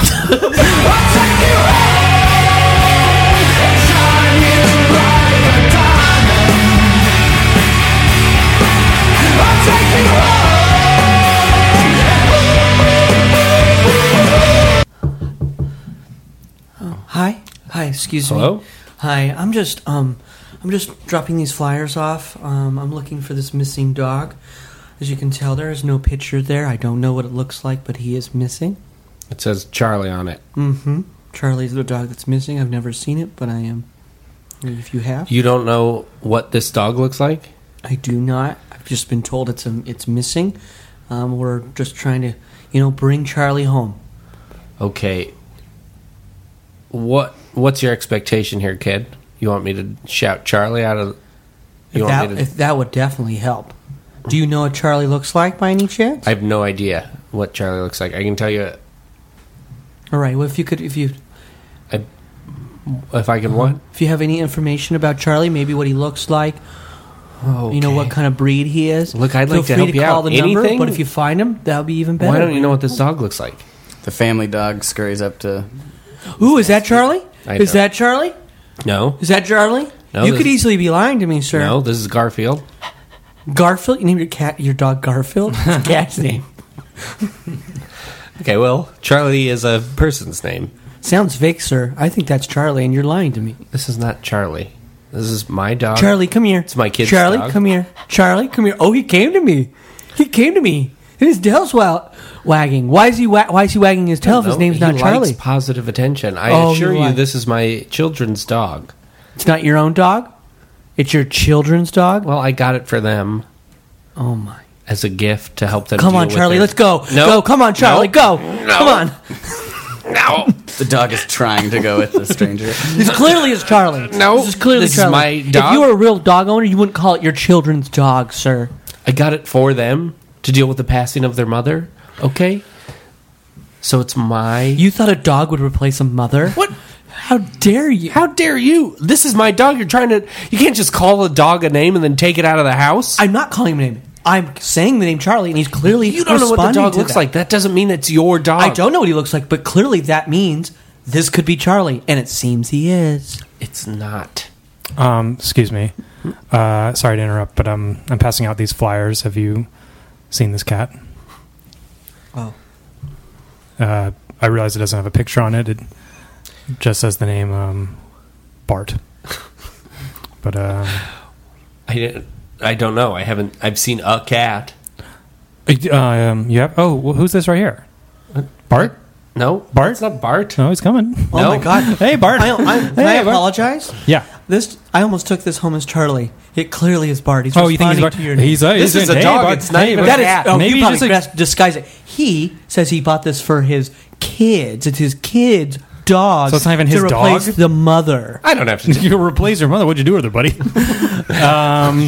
[SPEAKER 5] Hi. Hi. Excuse
[SPEAKER 4] Hello?
[SPEAKER 5] me. Hi. I'm just um, I'm just dropping these flyers off. Um, I'm looking for this missing dog. As you can tell, there is no picture there. I don't know what it looks like, but he is missing.
[SPEAKER 4] It says Charlie on it.
[SPEAKER 5] Mm-hmm. Charlie's the dog that's missing. I've never seen it, but I am. If you have,
[SPEAKER 4] You don't know what this dog looks like?
[SPEAKER 5] I do not. I've just been told it's um it's missing. Um, we're just trying to, you know, bring Charlie home.
[SPEAKER 4] Okay. What what's your expectation here, kid? You want me to shout Charlie out of? You want
[SPEAKER 5] that,
[SPEAKER 4] me to?
[SPEAKER 5] if that would definitely help. Do you know what Charlie looks like by any chance?
[SPEAKER 4] I have no idea what Charlie looks like. I can tell you
[SPEAKER 5] All right. Well, if you could, if you
[SPEAKER 4] if I can. What?
[SPEAKER 5] if you have any information about Charlie, maybe what he looks like, you know what
[SPEAKER 4] Oh, Okay.
[SPEAKER 5] kind of breed he is.
[SPEAKER 4] Look, I'd
[SPEAKER 5] feel
[SPEAKER 4] like to
[SPEAKER 5] free
[SPEAKER 4] help
[SPEAKER 5] to
[SPEAKER 4] you
[SPEAKER 5] call
[SPEAKER 4] out.
[SPEAKER 5] the number,
[SPEAKER 4] Anything?
[SPEAKER 5] but if you find him, that would be even better.
[SPEAKER 4] Why don't you know what this dog looks like?
[SPEAKER 3] The family dog scurries up to.
[SPEAKER 5] Ooh, is that Charlie?
[SPEAKER 4] I
[SPEAKER 5] Is
[SPEAKER 4] know.
[SPEAKER 5] that Charlie?
[SPEAKER 4] No,
[SPEAKER 5] Is that Charlie?
[SPEAKER 4] No,
[SPEAKER 5] you
[SPEAKER 4] this-
[SPEAKER 5] could easily be lying to me, sir.
[SPEAKER 4] no. This is Garfield.
[SPEAKER 5] Garfield. You name your cat, your dog Garfield. It's a cat's name.
[SPEAKER 4] Okay, well, Charlie is a person's name.
[SPEAKER 5] Sounds fake, sir. I think that's Charlie, and you're lying to me.
[SPEAKER 4] This is not Charlie. This is my dog.
[SPEAKER 5] Charlie, come here. It's
[SPEAKER 4] my kid's
[SPEAKER 5] Charlie,
[SPEAKER 4] dog.
[SPEAKER 5] come here. Charlie, come here. Oh, he came to me. He came to me. And his tail's wa- wagging. Why is he wa- Why is he wagging his tail? if his
[SPEAKER 4] No,
[SPEAKER 5] name's
[SPEAKER 4] he
[SPEAKER 5] not
[SPEAKER 4] likes
[SPEAKER 5] Charlie.
[SPEAKER 4] positive attention. I
[SPEAKER 5] Oh,
[SPEAKER 4] assure
[SPEAKER 5] you
[SPEAKER 4] you,
[SPEAKER 5] like-
[SPEAKER 4] this is my children's dog.
[SPEAKER 5] It's not your own dog. It's your children's dog.
[SPEAKER 4] Well, I got it for them
[SPEAKER 5] Oh my!
[SPEAKER 4] as a gift to help them.
[SPEAKER 5] Come
[SPEAKER 4] deal
[SPEAKER 5] on,
[SPEAKER 4] with
[SPEAKER 5] Charlie.
[SPEAKER 4] their-
[SPEAKER 5] Let's go.
[SPEAKER 4] No,
[SPEAKER 5] Go. Come on, Charlie. Go. Come on.
[SPEAKER 4] no,
[SPEAKER 3] The dog is trying to go with the stranger.
[SPEAKER 5] This clearly is Charlie.
[SPEAKER 4] No,
[SPEAKER 5] this is clearly
[SPEAKER 4] this is
[SPEAKER 5] Charlie.
[SPEAKER 4] my
[SPEAKER 5] If
[SPEAKER 4] dog.
[SPEAKER 5] you were a real dog owner, you wouldn't call it your children's dog, sir.
[SPEAKER 4] I got it for them to deal with the passing of their mother. Okay, so it's my.
[SPEAKER 5] You thought a dog would replace a mother?
[SPEAKER 4] what?
[SPEAKER 5] How dare you?
[SPEAKER 4] How dare you? This is my dog. You're trying to. You can't just call a dog a name and then take it out of the house.
[SPEAKER 5] I'm not calling him a name. I'm saying the name Charlie, and he's clearly
[SPEAKER 4] you don't know what the
[SPEAKER 5] responding
[SPEAKER 4] dog
[SPEAKER 5] to
[SPEAKER 4] looks
[SPEAKER 5] that.
[SPEAKER 4] like. That doesn't mean it's your dog.
[SPEAKER 5] I don't know what he looks like, but clearly that means this could be Charlie, and it seems he is.
[SPEAKER 4] It's not.
[SPEAKER 6] Um, excuse me. Uh, sorry to interrupt, but um, I'm passing out these flyers. Have you seen this cat?
[SPEAKER 5] Oh.
[SPEAKER 6] Uh, I realize it doesn't have a picture on it. It just says the name um, Bart. but um,
[SPEAKER 4] I didn't. I don't know. I haven't. I've seen a cat.
[SPEAKER 6] uh, um, you have. Oh, well, who's this right here? Bart.
[SPEAKER 4] No,
[SPEAKER 6] Bart?
[SPEAKER 4] Uh, It's not Bart.
[SPEAKER 6] No, he's coming.
[SPEAKER 5] Oh
[SPEAKER 4] No.
[SPEAKER 5] my god!
[SPEAKER 6] Hey, Bart.
[SPEAKER 5] I, I, can I
[SPEAKER 6] Hey, Bart.
[SPEAKER 5] apologize.
[SPEAKER 6] Yeah.
[SPEAKER 5] This I almost took this home as Charlie. It clearly is Bart. He's
[SPEAKER 6] Oh, you think he's
[SPEAKER 5] responding
[SPEAKER 6] Bart?
[SPEAKER 5] to your
[SPEAKER 6] He's, uh,
[SPEAKER 4] This
[SPEAKER 6] he's
[SPEAKER 4] is
[SPEAKER 6] in-
[SPEAKER 4] a
[SPEAKER 6] hey,
[SPEAKER 4] dog.
[SPEAKER 6] Bart.
[SPEAKER 4] It's not
[SPEAKER 6] Hey,
[SPEAKER 4] even a
[SPEAKER 5] That
[SPEAKER 6] Bart.
[SPEAKER 5] is. Oh,
[SPEAKER 6] Maybe
[SPEAKER 5] you
[SPEAKER 6] he's
[SPEAKER 5] probably
[SPEAKER 6] just a-
[SPEAKER 5] best disguise it. He says he bought this for his kids. It's his kids' dog.
[SPEAKER 6] So it's not even his
[SPEAKER 5] to
[SPEAKER 6] dog?
[SPEAKER 5] replace the mother.
[SPEAKER 4] I don't have to.
[SPEAKER 6] You replace your mother. What'd you do with her, buddy?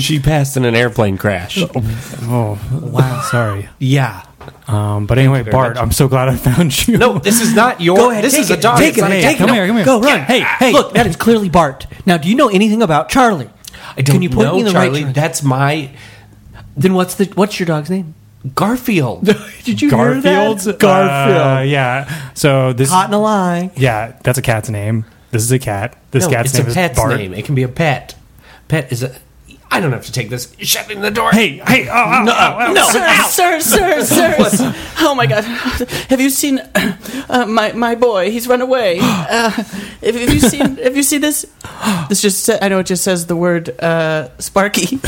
[SPEAKER 4] she passed in an airplane crash.
[SPEAKER 6] oh, wow. Sorry.
[SPEAKER 4] Yeah.
[SPEAKER 6] Um, but anyway, Bart,
[SPEAKER 4] much.
[SPEAKER 6] I'm so glad I found you.
[SPEAKER 4] No, this is not your.
[SPEAKER 5] Go ahead.
[SPEAKER 4] This
[SPEAKER 5] take
[SPEAKER 4] is
[SPEAKER 5] it,
[SPEAKER 4] a dog.
[SPEAKER 5] Take
[SPEAKER 4] It's
[SPEAKER 5] it.
[SPEAKER 4] not a
[SPEAKER 5] Take
[SPEAKER 4] cat.
[SPEAKER 5] it.
[SPEAKER 6] Come here, come here.
[SPEAKER 5] Go run. Hey, hey.
[SPEAKER 6] hey.
[SPEAKER 5] Look, that is clearly Bart. Now, do you know anything about Charlie?
[SPEAKER 4] I don't
[SPEAKER 5] Can you point
[SPEAKER 4] know,
[SPEAKER 5] me in the
[SPEAKER 4] Charlie.
[SPEAKER 5] right direction?
[SPEAKER 4] That's my
[SPEAKER 5] Then what's the what's your dog's name?
[SPEAKER 4] Garfield.
[SPEAKER 5] Did you
[SPEAKER 6] Garfield's.
[SPEAKER 5] hear that? Garfield.
[SPEAKER 6] Uh, yeah. So this.
[SPEAKER 5] Caught in a lie.
[SPEAKER 6] Yeah, that's a cat's name. This is a cat. This
[SPEAKER 4] No,
[SPEAKER 6] cat's
[SPEAKER 4] it's
[SPEAKER 6] name
[SPEAKER 4] a
[SPEAKER 6] is
[SPEAKER 4] pet's
[SPEAKER 6] Bart.
[SPEAKER 4] name. It can be a pet. Pet is a. I don't have to take this. Shut in the door.
[SPEAKER 6] Hey, hey, oh, oh, no, oh, oh,
[SPEAKER 7] Sir, sir, sir, sir. Oh my God! Have you seen uh, my my boy? He's run away. Uh, have, have you seen? Have you seen this? This just sa- I know it just says the word uh, Sparky.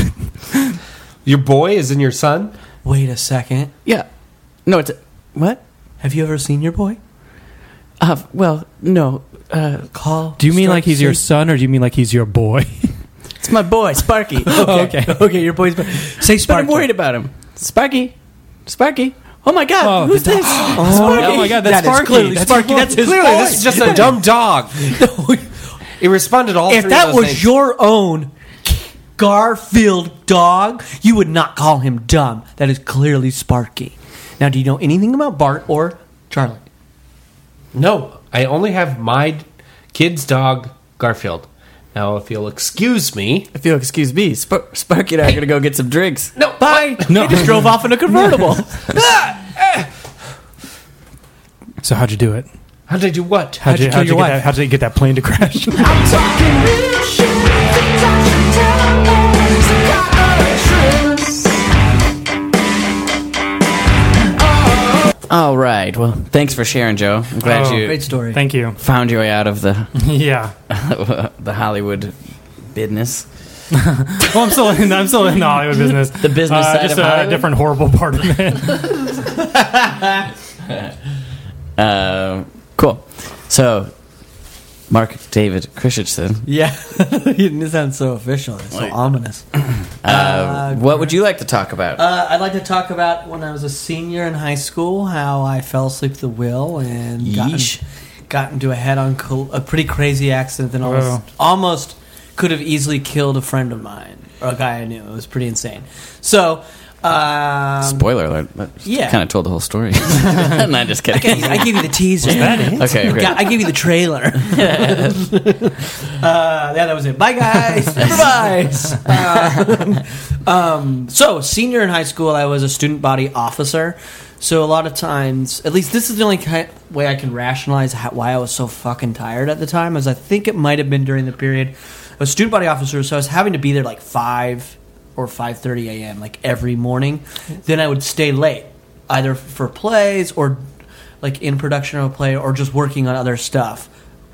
[SPEAKER 4] your boy is in your son.
[SPEAKER 5] Wait a second.
[SPEAKER 1] Yeah. No, it's. What?
[SPEAKER 5] Have you ever seen your boy?
[SPEAKER 1] Uh, well, no. Uh,
[SPEAKER 5] Call.
[SPEAKER 6] Do you mean
[SPEAKER 5] Start
[SPEAKER 6] like he's your
[SPEAKER 5] Search-
[SPEAKER 6] son, or do you mean like he's your boy?
[SPEAKER 1] it's my boy, Sparky.
[SPEAKER 5] Okay. okay. your boy's. Say
[SPEAKER 1] But
[SPEAKER 5] Sparky.
[SPEAKER 1] I'm worried about him. Sparky. Sparky. Oh my God.
[SPEAKER 6] Oh,
[SPEAKER 1] who's
[SPEAKER 6] the
[SPEAKER 1] this?
[SPEAKER 6] Oh, my God, that's
[SPEAKER 5] That is
[SPEAKER 6] Sparky.
[SPEAKER 5] clearly
[SPEAKER 6] That's
[SPEAKER 5] Sparky.
[SPEAKER 6] his
[SPEAKER 5] That's his
[SPEAKER 4] Clearly,
[SPEAKER 5] boy.
[SPEAKER 4] this is just a dumb dog. It responded to all
[SPEAKER 5] if
[SPEAKER 4] three
[SPEAKER 5] that
[SPEAKER 4] of
[SPEAKER 5] was
[SPEAKER 4] those names.
[SPEAKER 5] your own Garfield dog, you would not call him dumb. That is clearly Sparky. Now, do you know anything about Bart or Charlie?
[SPEAKER 4] No, I only have my kid's dog, Garfield. Now, if you'll excuse me.
[SPEAKER 1] If you'll excuse me, Sp- Sparky and I are going to go get some drinks.
[SPEAKER 4] No,
[SPEAKER 5] Bye. No. He just drove off in a convertible.
[SPEAKER 6] so how'd you do it?
[SPEAKER 4] How did I do what?
[SPEAKER 6] How'd, you,
[SPEAKER 5] kill
[SPEAKER 6] how'd you
[SPEAKER 5] your
[SPEAKER 6] get
[SPEAKER 5] wife?
[SPEAKER 6] that? How'd you get that plane to crash?
[SPEAKER 3] All right. Well, thanks for sharing, Joe. I'm glad
[SPEAKER 6] Oh,
[SPEAKER 3] you
[SPEAKER 5] Great story.
[SPEAKER 6] Thank you.
[SPEAKER 3] found your way out of the
[SPEAKER 6] Yeah.
[SPEAKER 3] the Hollywood business.
[SPEAKER 6] Well, I'm still in. I'm still in the Hollywood business. The
[SPEAKER 3] business side
[SPEAKER 6] just
[SPEAKER 3] of
[SPEAKER 6] a
[SPEAKER 3] Hollywood?
[SPEAKER 6] different horrible part of it.
[SPEAKER 3] Uh, cool. So, Mark David Christensen,
[SPEAKER 5] yeah. he didn't sound so official. It's so ominous.
[SPEAKER 3] uh, what would you like to talk about?
[SPEAKER 5] Uh, I'd like to talk about when I was a senior in high school, how I fell asleep at the wheel and got,
[SPEAKER 3] Yeesh.
[SPEAKER 5] got into a head on col- a pretty crazy accident and almost,
[SPEAKER 6] Wow.
[SPEAKER 5] almost could have easily killed a friend of mine or a guy I knew. It was pretty insane. So, um,
[SPEAKER 3] Spoiler alert. That
[SPEAKER 5] yeah.
[SPEAKER 3] Kind of told the whole story. I'm not just kidding.
[SPEAKER 5] I, I give you the teaser.
[SPEAKER 3] Okay, great.
[SPEAKER 5] Yeah, I give you the trailer. uh, yeah, that was it. Bye, guys. Improvise. Uh, um, so, senior in high school, I was a student body officer. So, a lot of times, at least this is the only kind way I can rationalize how, why I was so fucking tired at the time, is I think it might have been during the period. I was a student body officer, so I was having to be there like 5 or 5.30 a.m., like every morning. Then I would stay late, either for plays or like in production of a play or just working on other stuff,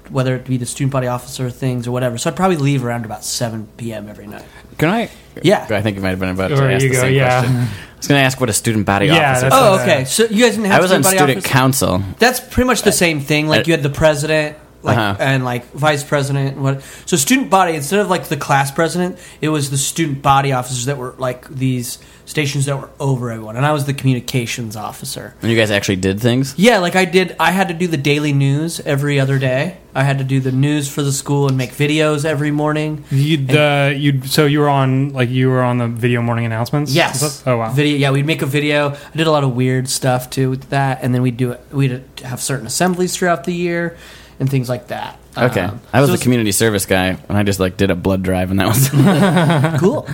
[SPEAKER 5] whether it be the student body officer things or whatever. So I'd probably leave around about 7 p.m. every night.
[SPEAKER 3] Can I?
[SPEAKER 5] Yeah.
[SPEAKER 3] I think you might have been about to
[SPEAKER 6] Or
[SPEAKER 3] ask
[SPEAKER 6] you
[SPEAKER 3] the
[SPEAKER 6] go,
[SPEAKER 3] same
[SPEAKER 6] yeah.
[SPEAKER 3] question. I was going to ask what a student body
[SPEAKER 6] Yeah,
[SPEAKER 3] officer
[SPEAKER 6] that's-
[SPEAKER 5] Oh,
[SPEAKER 6] Uh,
[SPEAKER 5] okay. So you guys didn't have
[SPEAKER 3] I was on
[SPEAKER 5] body
[SPEAKER 3] student
[SPEAKER 5] officer?
[SPEAKER 3] council.
[SPEAKER 5] That's pretty much the same thing. Like
[SPEAKER 3] I-
[SPEAKER 5] you had the president, like
[SPEAKER 3] Uh-huh.
[SPEAKER 5] and like vice president. and What? So student body instead of like the class president, it was the student body officers that were like these stations that were over everyone, and I was the communications officer.
[SPEAKER 3] And you guys actually did things?
[SPEAKER 5] Yeah, like I did. I had to do the daily news every other day. I had to do the news for the school and make videos every morning.
[SPEAKER 6] You'd, uh, you'd, so you were on like you were on the video morning announcements.
[SPEAKER 5] Yes.
[SPEAKER 6] Oh wow.
[SPEAKER 5] Video. Yeah, we'd make a video. I did a lot of weird stuff too with that, and then we'd do it. We'd have certain assemblies throughout the year and things like that.
[SPEAKER 3] Okay.
[SPEAKER 5] Um,
[SPEAKER 3] I was
[SPEAKER 5] so
[SPEAKER 3] a community service guy, and I just like did a blood drive, and that was
[SPEAKER 5] it's cool.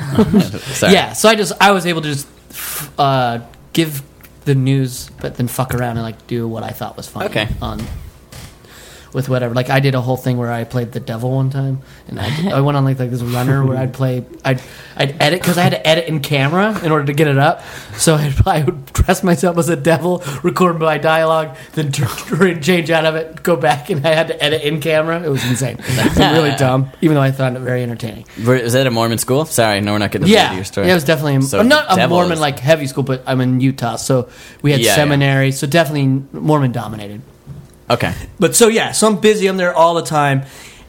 [SPEAKER 3] sorry.
[SPEAKER 5] Yeah. So I just I was able to just uh, give the news, but then fuck around and like do what I thought was funny.
[SPEAKER 3] Okay.
[SPEAKER 5] On with whatever, like I did a whole thing where I played the devil one time, and I, I went on like like this runner where I'd play I'd I'd edit because I had to edit in camera in order to get it up. So I'd, I would dress myself as a devil, record my dialogue, then turn, turn- change out of it, go back, and I had to edit in camera. It was insane. It was really dumb, even though I found it very entertaining.
[SPEAKER 3] Were- Is that a Mormon school? Sorry, no, we're not getting the
[SPEAKER 5] Yeah,
[SPEAKER 3] your story.
[SPEAKER 5] yeah, it was definitely a,
[SPEAKER 3] So
[SPEAKER 5] not a
[SPEAKER 3] devil
[SPEAKER 5] Mormon
[SPEAKER 3] is-
[SPEAKER 5] like heavy school, but I'm in Utah, so we had
[SPEAKER 3] Yeah, yeah.
[SPEAKER 5] seminary, so definitely Mormon dominated.
[SPEAKER 3] Okay.
[SPEAKER 5] But so yeah, so I'm busy. I'm there all the time.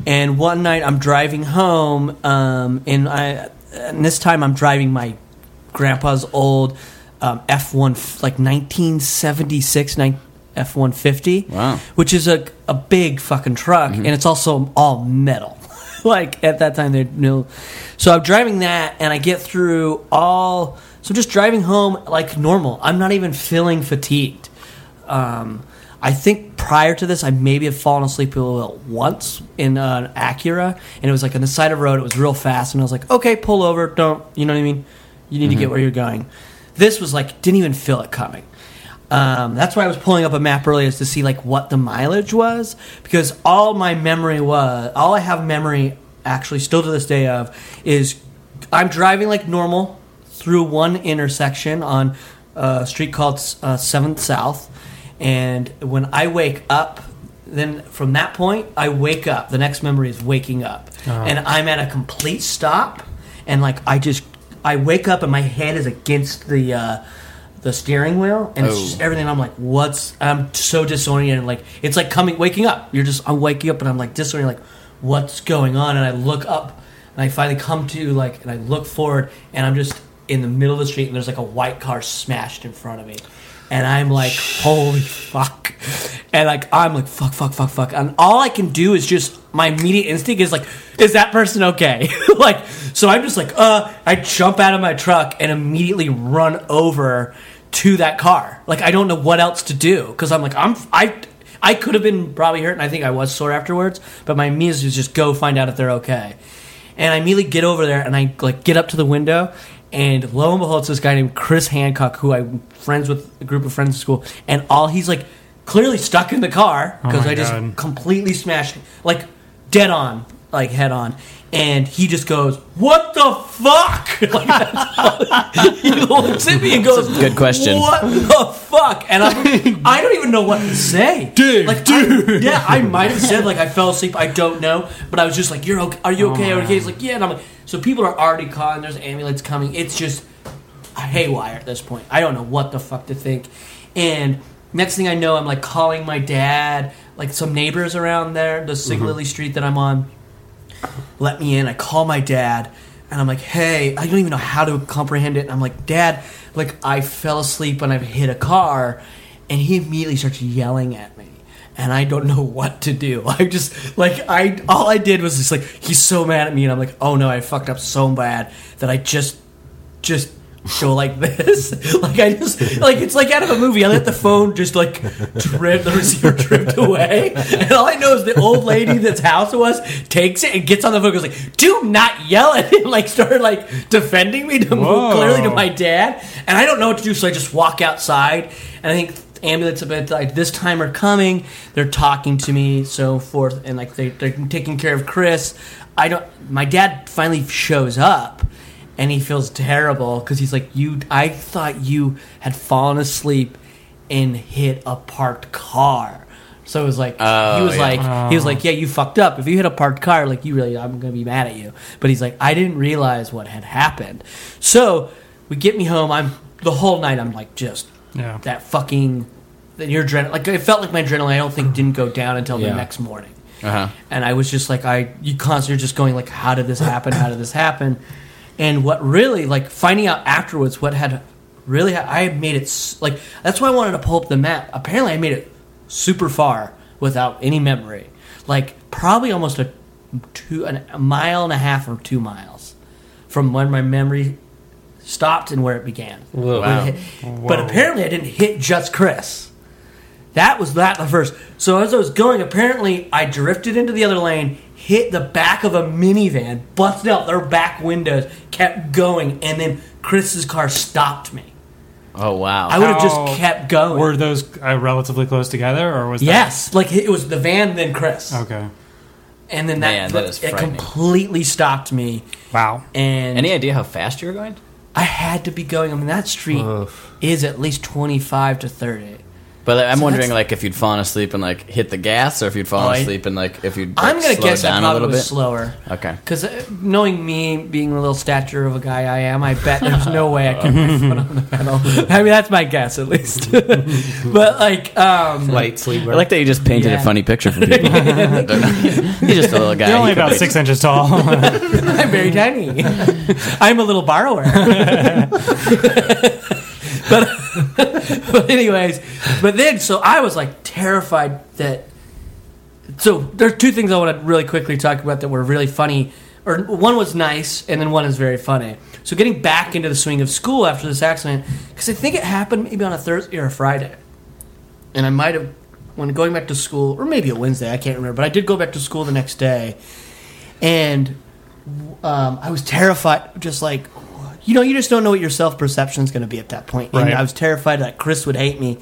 [SPEAKER 5] And one night I'm driving home, um, and I and this time I'm driving my grandpa's old um, F1 like 1976 nine, F150.
[SPEAKER 3] Wow.
[SPEAKER 5] Which is a a big fucking truck and it's also all metal. like at that time they knew. So I'm driving that and I get through all so I'm just driving home like normal. I'm not even feeling fatigued. Um, I think prior to this, I maybe had fallen asleep a little once in uh, an Acura, and it was like on the side of the road. It was real fast, and I was like, "Okay, pull over. Don't you know what I mean? You need to get where you're going." This was like didn't even feel it coming. Um, that's why I was pulling up a map earlier is to see like what the mileage was because all my memory was all I have memory actually still to this day of is I'm driving like normal through one intersection on a street called uh, Seventh South, and when I wake up, then from that point I wake up. The next memory is waking up, and I'm at a complete stop, and like I just I wake up and my head is against the. Uh, the steering wheel and it's
[SPEAKER 3] Oh.
[SPEAKER 5] just everything. I'm like, what's? I'm so disoriented. Like it's like coming, waking up. You're just I'm waking up and I'm like disoriented. Like what's going on? And I look up and I finally come to like and I look forward and I'm just in the middle of the street and there's like a white car smashed in front of me. And I'm like, holy fuck. And like I'm like fuck fuck fuck fuck. And all I can do is just my immediate instinct is like, is that person okay? like so I'm just like, uh, I jump out of my truck and immediately run over to that car. Like I don't know what else to do because I'm like I'm I I could have been probably hurt and I think I was sore afterwards. But my immediate is just go find out if they're okay. And I immediately get over there and I like get up to the window and lo and behold, it's this guy named Chris Hancock who I'm friends with a group of friends in school and all he's like clearly stuck in the car because
[SPEAKER 6] Oh my
[SPEAKER 5] I just
[SPEAKER 6] God.
[SPEAKER 5] completely smashed like dead on like head on and he just goes what the fuck like, that's all- he looks at me and goes
[SPEAKER 3] good question.
[SPEAKER 5] what the fuck and I'm, i don't even know what to say dude like dude yeah i might have said like i fell asleep i don't know but i was just like you're okay are you okay Are you okay he's like yeah and i'm like so people are already calling there's amulets coming it's just a haywire at this point. I don't know what the fuck to think. And next thing I know, I'm like calling my dad, like some neighbors around there, the Siglily Street that I'm on. Let me in. I call my dad, and I'm like, hey, I don't even know how to comprehend it. And I'm like, dad, like I fell asleep and I've hit a car, and he immediately starts yelling at me. and I don't know what to do. I just like I all I did was just like he's so mad at me, and I'm like, oh no, I fucked up so bad that I just just go like this. like I just like it's like out of a movie. I let the phone just like drift the receiver drift away. And all I know is the old lady that's house it was takes it and gets on the phone and goes like, do not yell at him like started like defending me to
[SPEAKER 6] Whoa.
[SPEAKER 5] clearly to my dad. And I don't know what to do, so I just walk outside and I think ambulance about like this time are coming they're talking to me so forth and like they, they're taking care of chris i don't my dad finally shows up and he feels terrible because he's like, "You, I thought you had fallen asleep and hit a parked car." So it was like he was like he was like, "Yeah, you fucked up. If you hit a parked car, like you really, I'm gonna be mad at you." But he's like, "I didn't realize what had happened." So we get me home. I'm the whole night. I'm like just
[SPEAKER 6] Yeah.
[SPEAKER 5] that fucking that your adrenaline. Like it felt like my adrenaline. I don't think didn't go down until the
[SPEAKER 4] Yeah.
[SPEAKER 5] next morning.
[SPEAKER 3] Uh-huh.
[SPEAKER 5] And I was just like, I you constantly just going like, how did this happen? How did this happen? And what really like finding out afterwards what had really ha- I had made it s- like that's why I wanted to pull up the map. Apparently, I made it super far without any memory, like probably almost a two an, a mile and a half or two miles from when my memory stopped and where it began.
[SPEAKER 3] Wow.
[SPEAKER 5] When it hit- But apparently, I didn't hit just Chris. That was that the first. So as I was going, apparently I drifted into the other lane, hit the back of a minivan, busted out their back windows, kept going, and then Chris's car stopped me.
[SPEAKER 3] Oh wow.
[SPEAKER 5] I would have
[SPEAKER 6] How
[SPEAKER 5] just kept going.
[SPEAKER 6] Were those uh, relatively close together, or was that-
[SPEAKER 5] yes, like it was the van, then Chris,
[SPEAKER 6] okay?
[SPEAKER 5] and then
[SPEAKER 3] Man,
[SPEAKER 5] that,
[SPEAKER 3] that is
[SPEAKER 5] it
[SPEAKER 3] frightening.
[SPEAKER 5] completely stopped me.
[SPEAKER 6] Wow.
[SPEAKER 5] And
[SPEAKER 3] Any idea how fast you were going?
[SPEAKER 5] I had to be going. I mean, that street is at least twenty five to thirty.
[SPEAKER 3] But like, I'm
[SPEAKER 5] So
[SPEAKER 3] wondering,
[SPEAKER 5] that's-
[SPEAKER 3] like, if you'd fallen asleep and like hit the gas, or if you'd fallen
[SPEAKER 5] Oh, I-
[SPEAKER 3] asleep and like if you'd. Like,
[SPEAKER 5] I'm gonna
[SPEAKER 3] slowed
[SPEAKER 5] guess I
[SPEAKER 3] down a
[SPEAKER 5] probably
[SPEAKER 3] little
[SPEAKER 5] was
[SPEAKER 3] bit.
[SPEAKER 5] slower.
[SPEAKER 3] Okay.
[SPEAKER 5] Because uh, knowing me, being the little stature of a guy I am, I bet there's no way I kept my foot on the pedal. I mean, that's my guess at least. but like, um,
[SPEAKER 4] Light sleeper.
[SPEAKER 3] I like that you just painted
[SPEAKER 5] Yeah.
[SPEAKER 3] a funny picture for people. He's just a little guy.
[SPEAKER 6] They're only
[SPEAKER 3] He could
[SPEAKER 6] about
[SPEAKER 3] be-
[SPEAKER 6] six inches tall.
[SPEAKER 5] I'm very tiny. I'm a little borrower. but, but anyways, but then so I was like terrified that. So there's two things I want to really quickly talk about that were really funny, or one was nice, and then one is very funny. So getting back into the swing of school after this accident, because I think it happened maybe on a Thursday or a Friday, and I might have when going back to school, or maybe a Wednesday, I can't remember, but I did go back to school the next day, and um, I was terrified, just like, you know, you just don't know what your self perception is going to be at that point. And
[SPEAKER 6] Right.
[SPEAKER 5] I was terrified that Chris would hate me.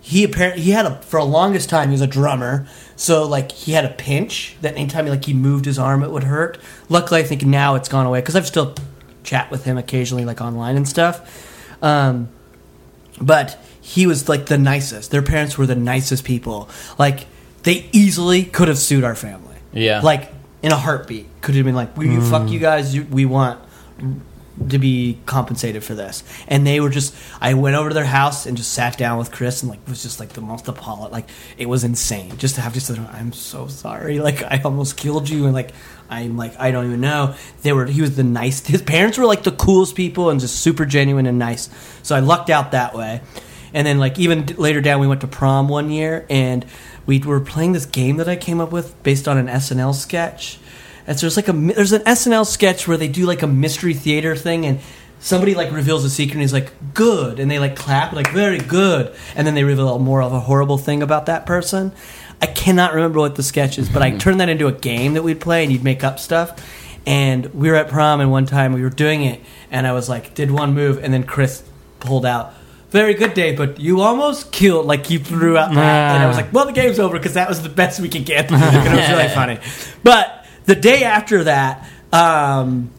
[SPEAKER 5] He apparently he had a for a longest time he was a drummer, so like he had a pinch that anytime like he moved his arm it would hurt. Luckily, I think now it's gone away because I've still chat with him occasionally like online and stuff. Um, but he was like the nicest. Their parents were the nicest people. Like they easily could have sued our family.
[SPEAKER 3] Yeah.
[SPEAKER 5] Like in a heartbeat, could have been like, "We fuck you guys. You, we want to be compensated for this." And they were just. I went over to their house and just sat down with Chris and like was just like the most apologetic. Like it was insane just to have just. I'm so sorry. Like I almost killed you and like. I'm like I don't even know. They were he was the nice. His parents were like the coolest people and just super genuine and nice. So I lucked out that way. And then like even d- later down, we went to prom one year, and we were playing this game that I came up with based on an SNL sketch. And so there's like a mi- there's an SNL sketch where they do like a mystery theater thing, and somebody like reveals a secret, and he's like good, and they like clap like very good, and then they reveal more of a horrible thing about that person. I cannot remember what the sketch is, but I turned that into a game that we'd play, and you'd make up stuff. And we were at prom, and one time we were doing it, and I was like, did one move, and then Chris pulled out, very good day, but you almost killed, like you threw out that. And I was like, well, the game's over because that was the best we could get. and it was really funny. But the day after that, um,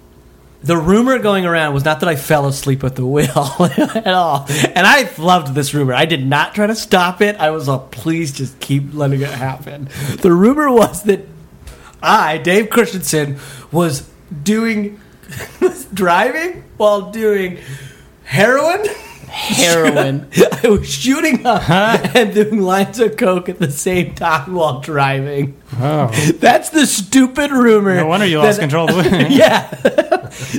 [SPEAKER 5] the rumor going around was not that I fell asleep at the wheel at all. And I loved this rumor. I did not try to stop it. I was like, please just keep letting it happen. The rumor was that I, Dave Christensen, was doing, was driving while doing heroin.
[SPEAKER 3] Heroin.
[SPEAKER 5] I was shooting up and doing lines of coke at the same time while driving.
[SPEAKER 6] oh,
[SPEAKER 5] That's the stupid rumor.
[SPEAKER 6] no wonder you lost
[SPEAKER 5] that-
[SPEAKER 6] control. Of the
[SPEAKER 5] yeah,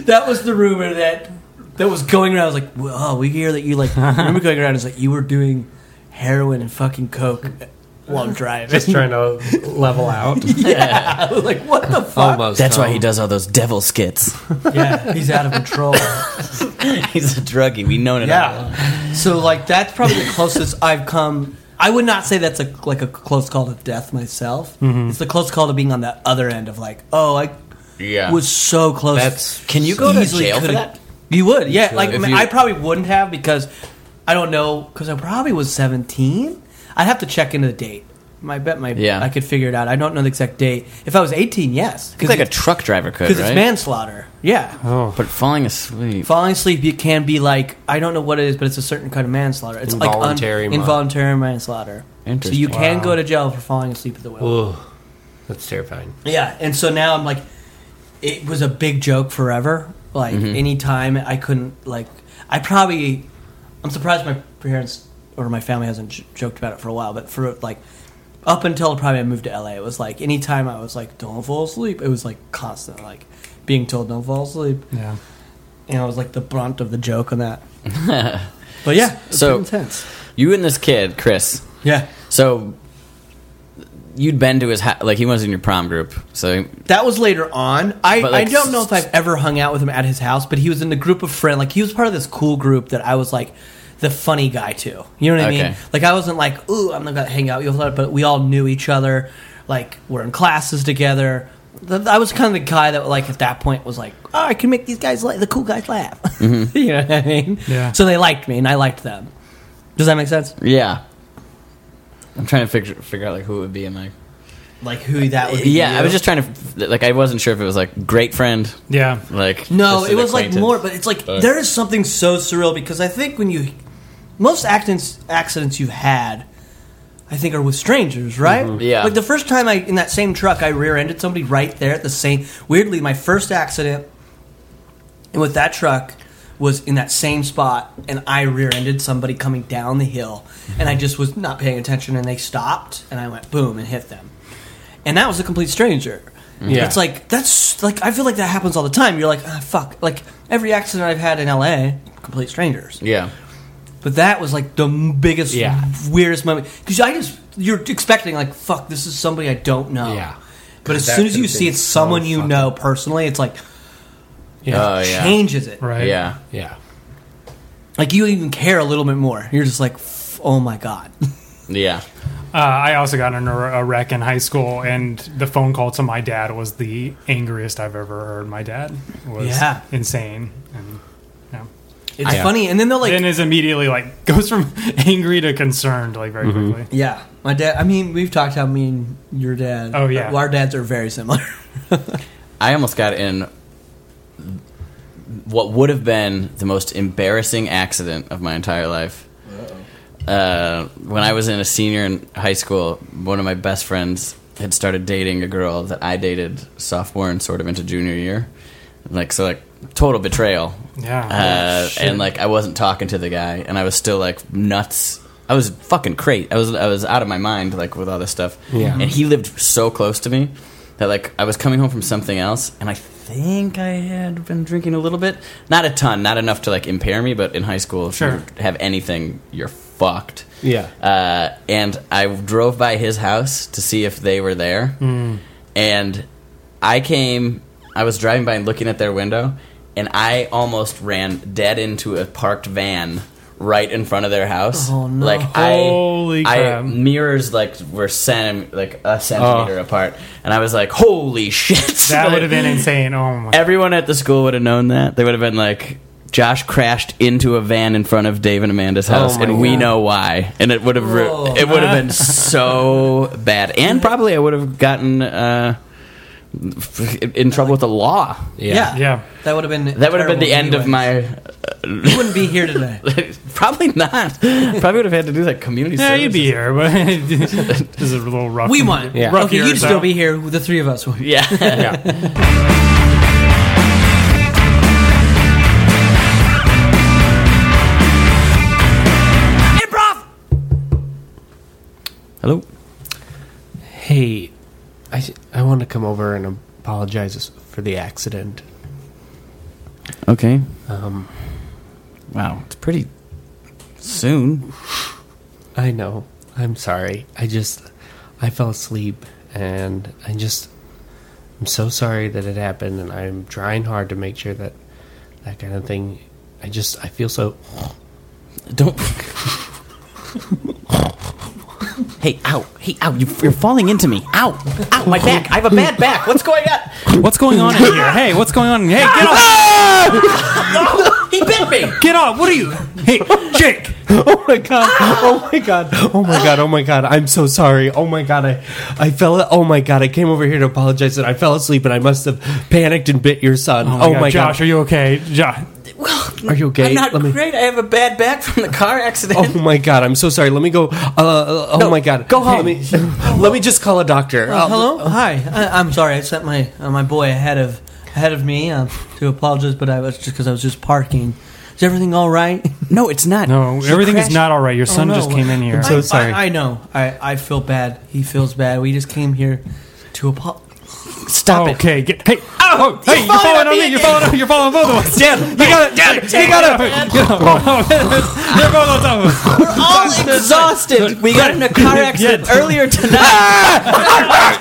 [SPEAKER 5] that was the rumor that that was going around. I was like, well, oh, we hear that you like. Rumor going around is like you were doing heroin and fucking coke while I'm driving.
[SPEAKER 4] Just trying to level out.
[SPEAKER 5] yeah. like, what the fuck?
[SPEAKER 4] Almost.
[SPEAKER 3] That's why
[SPEAKER 4] home.
[SPEAKER 3] he does all those devil skits.
[SPEAKER 5] Yeah, he's out of control.
[SPEAKER 3] He's a druggie. We know it. all.
[SPEAKER 5] yeah. So, like, that's probably the closest I've come. I would not say that's a like a close call to death myself. It's the close call to being on the other end of like, oh, I
[SPEAKER 3] Yeah.
[SPEAKER 5] was so close.
[SPEAKER 3] That's- Can you go to
[SPEAKER 5] Easily
[SPEAKER 3] jail for
[SPEAKER 5] could've-
[SPEAKER 3] that?
[SPEAKER 5] You would, yeah.
[SPEAKER 3] should.
[SPEAKER 5] Like I,
[SPEAKER 3] If
[SPEAKER 5] mean,
[SPEAKER 3] you-
[SPEAKER 5] I probably wouldn't have because I don't know because I probably was seventeen. I'd have to check into the date. My bet, my
[SPEAKER 3] Yeah.
[SPEAKER 5] I could figure it out. I don't know the exact date. If I was eighteen, yes,
[SPEAKER 3] He's like a truck driver could,
[SPEAKER 5] because
[SPEAKER 3] right?
[SPEAKER 5] it's manslaughter. Yeah,
[SPEAKER 3] but falling asleep.
[SPEAKER 5] falling asleep it can be like I don't know what it is, but it's a certain kind of manslaughter. It's
[SPEAKER 4] Involuntary
[SPEAKER 5] like
[SPEAKER 4] man-
[SPEAKER 5] involuntary manslaughter. So
[SPEAKER 3] Interesting.
[SPEAKER 5] you can go to jail for falling asleep at the wheel.
[SPEAKER 4] Ugh, that's terrifying.
[SPEAKER 5] Yeah, and so now I'm like, it was a big joke forever. Like anytime I couldn't like, I probably, I'm surprised my parents or my family hasn't j- joked about it for a while. But for like, up until probably I moved to LA, it was like anytime I was like, don't fall asleep. It was like constant like being told don't fall asleep.
[SPEAKER 6] Yeah.
[SPEAKER 5] And I was like the brunt of the joke on that. but yeah, it's
[SPEAKER 3] So-
[SPEAKER 5] so intense.
[SPEAKER 3] You and this kid, Chris.
[SPEAKER 5] Yeah,
[SPEAKER 3] So you'd been to his ha- like he was in your prom group. So
[SPEAKER 5] That was later on. I,
[SPEAKER 3] But, like,
[SPEAKER 5] I don't know if I've ever hung out with him at his house, but he was in the group of friends. Like he was part of this cool group that I was like the funny guy to. You know what I
[SPEAKER 3] Okay.
[SPEAKER 5] mean? Like I wasn't like, ooh, I'm not gonna hang out with you, but we all knew each other. Like we're in classes together. Th- I was kind of the guy that like at that point was like, oh, I can make these guys laugh, the cool guys laugh.
[SPEAKER 3] Mm-hmm.
[SPEAKER 5] you know what I mean?
[SPEAKER 6] Yeah.
[SPEAKER 5] So they liked me and I liked them. Does that make sense?
[SPEAKER 3] yeah, I'm trying to figure figure out like who it would be in my.
[SPEAKER 5] Like who that would be?
[SPEAKER 3] Yeah, I
[SPEAKER 5] you?
[SPEAKER 3] was just trying to like I wasn't sure if it was like great friend
[SPEAKER 6] Yeah.
[SPEAKER 3] like
[SPEAKER 5] No,
[SPEAKER 3] just an
[SPEAKER 5] it was like
[SPEAKER 3] acquaintance.
[SPEAKER 5] more, but it's like
[SPEAKER 3] But-
[SPEAKER 5] there is something so surreal because I think when you most accidents accidents you've had, I think are with strangers, right?
[SPEAKER 3] Mm-hmm. Yeah.
[SPEAKER 5] Like the first time I in that same truck, I rear-ended somebody right there at the same. Weirdly, my first accident with that truck was in that same spot, and I rear-ended somebody coming down the hill, and
[SPEAKER 3] Mm-hmm.
[SPEAKER 5] I just was not paying attention, and they stopped, and I went boom and hit them, and that was a complete stranger.
[SPEAKER 4] Yeah.
[SPEAKER 5] It's like that's like I feel like that happens all the time. You're like, ah, fuck. Like every accident I've had in LA, complete strangers.
[SPEAKER 3] yeah
[SPEAKER 5] But that was like the m- biggest,
[SPEAKER 4] Yeah.
[SPEAKER 5] weirdest moment because I just you're expecting like, fuck, this is somebody I don't know.
[SPEAKER 4] Yeah.
[SPEAKER 5] But as
[SPEAKER 4] That
[SPEAKER 5] soon as you
[SPEAKER 4] could've
[SPEAKER 5] see
[SPEAKER 4] been
[SPEAKER 5] it's
[SPEAKER 4] so
[SPEAKER 5] someone you
[SPEAKER 4] fucking-
[SPEAKER 5] know personally, it's like
[SPEAKER 4] Yeah.
[SPEAKER 3] Oh, yeah.
[SPEAKER 5] changes it.
[SPEAKER 6] Right.
[SPEAKER 3] yeah
[SPEAKER 4] yeah.
[SPEAKER 5] Like you even care a little bit more. You're just like, f- oh my god.
[SPEAKER 3] yeah
[SPEAKER 6] Uh, I also got in a, a wreck in high school, and the phone call to my dad was the angriest I've ever heard. My dad was
[SPEAKER 5] Yeah.
[SPEAKER 6] insane. And, yeah.
[SPEAKER 5] It's funny. And then they'll like,
[SPEAKER 6] then is immediately like goes from angry to concerned like very quickly.
[SPEAKER 5] yeah, my dad. I mean, we've talked how me and your dad.
[SPEAKER 6] Oh, yeah.
[SPEAKER 5] our dads are very similar.
[SPEAKER 3] I almost got in what would have been the most embarrassing accident of my entire life. Uh, when I was in a senior in high school, one of my best friends had started dating a girl that I dated sophomore and sort of into junior year. Like so, like total betrayal.
[SPEAKER 6] Yeah. Oh,
[SPEAKER 3] Uh, and like I wasn't talking to the guy, and I was still like nuts. I was fucking crazy. I was I was out of my mind like with all this stuff.
[SPEAKER 4] Yeah.
[SPEAKER 3] And he lived so close to me that like I was coming home from something else, and I think I had been drinking a little bit, not a ton, not enough to like impair me, but in high school, if
[SPEAKER 6] Sure.
[SPEAKER 3] you have anything, you're fucked.
[SPEAKER 4] Yeah.
[SPEAKER 3] Uh, and I drove by his house to see if they were there. And I came, I was driving by and looking at their window, and I almost ran dead into a parked van right in front of their house.
[SPEAKER 5] Oh, no.
[SPEAKER 3] Like I,
[SPEAKER 6] Holy
[SPEAKER 3] I-
[SPEAKER 6] crap. Oh.
[SPEAKER 3] mirrors like were centi- like a centimeter apart, and I was like, "Holy shit!"
[SPEAKER 6] That
[SPEAKER 3] Like,
[SPEAKER 6] would have been insane. Oh my.
[SPEAKER 3] Everyone at the school would have known that. They would have been like, Josh crashed into a van in front of Dave and Amanda's house,
[SPEAKER 4] my
[SPEAKER 3] and we
[SPEAKER 4] God.
[SPEAKER 3] know why. And it would have ru-
[SPEAKER 5] Whoa.
[SPEAKER 3] it would have been so bad, and probably I would have gotten uh, in trouble with the law.
[SPEAKER 5] yeah.
[SPEAKER 6] Yeah.
[SPEAKER 5] That would have been
[SPEAKER 3] That would have been
[SPEAKER 5] terrible
[SPEAKER 3] the end of
[SPEAKER 5] anyway.
[SPEAKER 3] my.
[SPEAKER 5] You wouldn't be here today.
[SPEAKER 3] probably not. Probably would have had to do like community.
[SPEAKER 6] Yeah,
[SPEAKER 3] service.
[SPEAKER 6] you'd be here, but this is a little rough.
[SPEAKER 5] We won.
[SPEAKER 4] Yeah.
[SPEAKER 6] Rough
[SPEAKER 5] Okay,
[SPEAKER 6] year,
[SPEAKER 5] you'd
[SPEAKER 6] so-
[SPEAKER 5] still be here. The three of us. would.
[SPEAKER 3] Yeah.
[SPEAKER 4] Yeah.
[SPEAKER 2] Improv!
[SPEAKER 3] Hello.
[SPEAKER 4] hey, I, I want to come over and apologize for the accident.
[SPEAKER 3] Okay.
[SPEAKER 4] Um,
[SPEAKER 3] Wow, it's pretty soon.
[SPEAKER 4] I know. I'm sorry. I just I fell asleep, and I just I'm so sorry that it happened, and I'm trying hard to make sure that that kind of thing. I just I feel so
[SPEAKER 3] Don't. hey, ow. Hey, ow. You, you're falling into me. Ow. Ow, my back. I have a bad back. What's going on?
[SPEAKER 6] What's going on in here? Hey, what's going on? Hey, get off!
[SPEAKER 3] He bit me.
[SPEAKER 6] Get off! What are you? Hey, Jake!
[SPEAKER 4] Oh my god! Oh my god! Oh my god! Oh my god! I'm so sorry. Oh my god! I, I fell. Oh my god! I came over here to apologize, and I fell asleep, and I must have panicked and bit your son. Oh my, god,
[SPEAKER 6] Josh, are you okay? Josh,
[SPEAKER 4] Are you okay?
[SPEAKER 3] I'm not
[SPEAKER 4] Let me-
[SPEAKER 3] great. I have a bad back from the car accident.
[SPEAKER 4] Oh my god! I'm so sorry. Let me go. Uh, uh, oh my god!
[SPEAKER 5] go
[SPEAKER 4] Hey,
[SPEAKER 5] home.
[SPEAKER 4] Let me, let me just call a doctor.
[SPEAKER 5] Uh,
[SPEAKER 4] Uh,
[SPEAKER 5] hello, hi. I, I'm sorry. I sent my uh, my boy ahead of ahead of me um, to apologize, but I was just because I was just parking. Is everything all right?
[SPEAKER 3] No, it's not.
[SPEAKER 6] no,
[SPEAKER 3] She
[SPEAKER 6] everything
[SPEAKER 3] crashed-
[SPEAKER 6] is not all right. Your son
[SPEAKER 5] no.
[SPEAKER 6] just came in here.
[SPEAKER 4] I'm so sorry.
[SPEAKER 5] I, I know. I, I feel bad. He feels bad. We just came here to apologize.
[SPEAKER 3] Stop it.
[SPEAKER 6] okay, get, hey, oh, hey, you're falling on me. You're falling on. You're falling on both of us. Dad, you got it. Dad, you got it. Oh, Get up. They're both on top of us.
[SPEAKER 3] All exhausted. We got in a car accident
[SPEAKER 6] Yeah.
[SPEAKER 3] earlier tonight.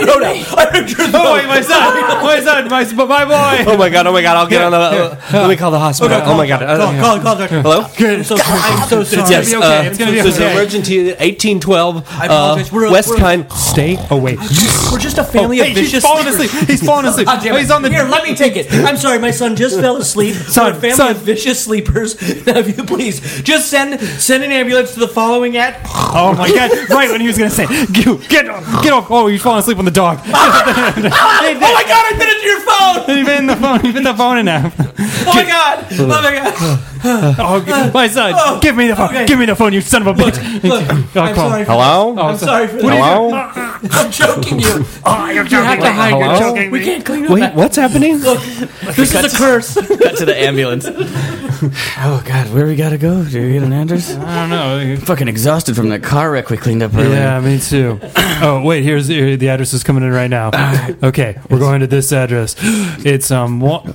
[SPEAKER 6] Oh, wait, my son, my son, my, my boy.
[SPEAKER 4] oh my god! Oh my god! I'll get on the. uh, let me call the hospital. oh my god! Uh,
[SPEAKER 5] Call, call, call, doctor.
[SPEAKER 4] Hello.
[SPEAKER 5] I'm so sorry. I'm so sorry.
[SPEAKER 6] It's gonna be okay. It's gonna be
[SPEAKER 4] uh, There's an
[SPEAKER 6] okay.
[SPEAKER 4] emergency. 1812.
[SPEAKER 5] apologize. We're-
[SPEAKER 4] uh, West
[SPEAKER 5] we're-
[SPEAKER 4] Pine. Stay away.
[SPEAKER 5] We're just a family
[SPEAKER 6] Oh, Hey,
[SPEAKER 5] of
[SPEAKER 6] he's
[SPEAKER 5] vicious.
[SPEAKER 6] falling asleep. He's falling asleep.
[SPEAKER 5] God damn
[SPEAKER 6] Oh,
[SPEAKER 5] it.
[SPEAKER 6] he's on the.
[SPEAKER 5] Here, let me take it. I'm sorry, my son just fell asleep. Son, family
[SPEAKER 6] son.
[SPEAKER 5] of vicious sleepers. If you please, just send send an ambulance to the following at.
[SPEAKER 6] Oh my god! Right when he was gonna say, "Get get up, get up!" Oh, he's falling asleep on the dog.
[SPEAKER 5] Oh my god, I've been into your phone!
[SPEAKER 6] He bit the phone. He bit the phone in half.
[SPEAKER 5] Oh my god! Oh my god!
[SPEAKER 6] Oh, g- my son,
[SPEAKER 5] Oh,
[SPEAKER 6] give me the phone.
[SPEAKER 5] okay.
[SPEAKER 6] Give me the phone, you son of a bitch. Oh,
[SPEAKER 5] I'm
[SPEAKER 6] come on.
[SPEAKER 5] sorry. For
[SPEAKER 4] Hello.
[SPEAKER 5] I'm sorry for that.
[SPEAKER 4] Hello.
[SPEAKER 5] I'm joking you.
[SPEAKER 6] Oh, you're joking.
[SPEAKER 5] have to hide
[SPEAKER 4] your
[SPEAKER 6] Hello?
[SPEAKER 4] joking.
[SPEAKER 5] We can't clean up
[SPEAKER 4] Wait, what's happening?
[SPEAKER 5] This is a curse.
[SPEAKER 3] Cut to the ambulance. oh God, where we gotta go? Do we get an address?
[SPEAKER 6] I don't know.
[SPEAKER 3] Fucking exhausted from that car wreck we cleaned up earlier.
[SPEAKER 6] Yeah, me too. Oh, wait. Here's here, the address is coming in right now. Okay, we're going to this address. It's um one.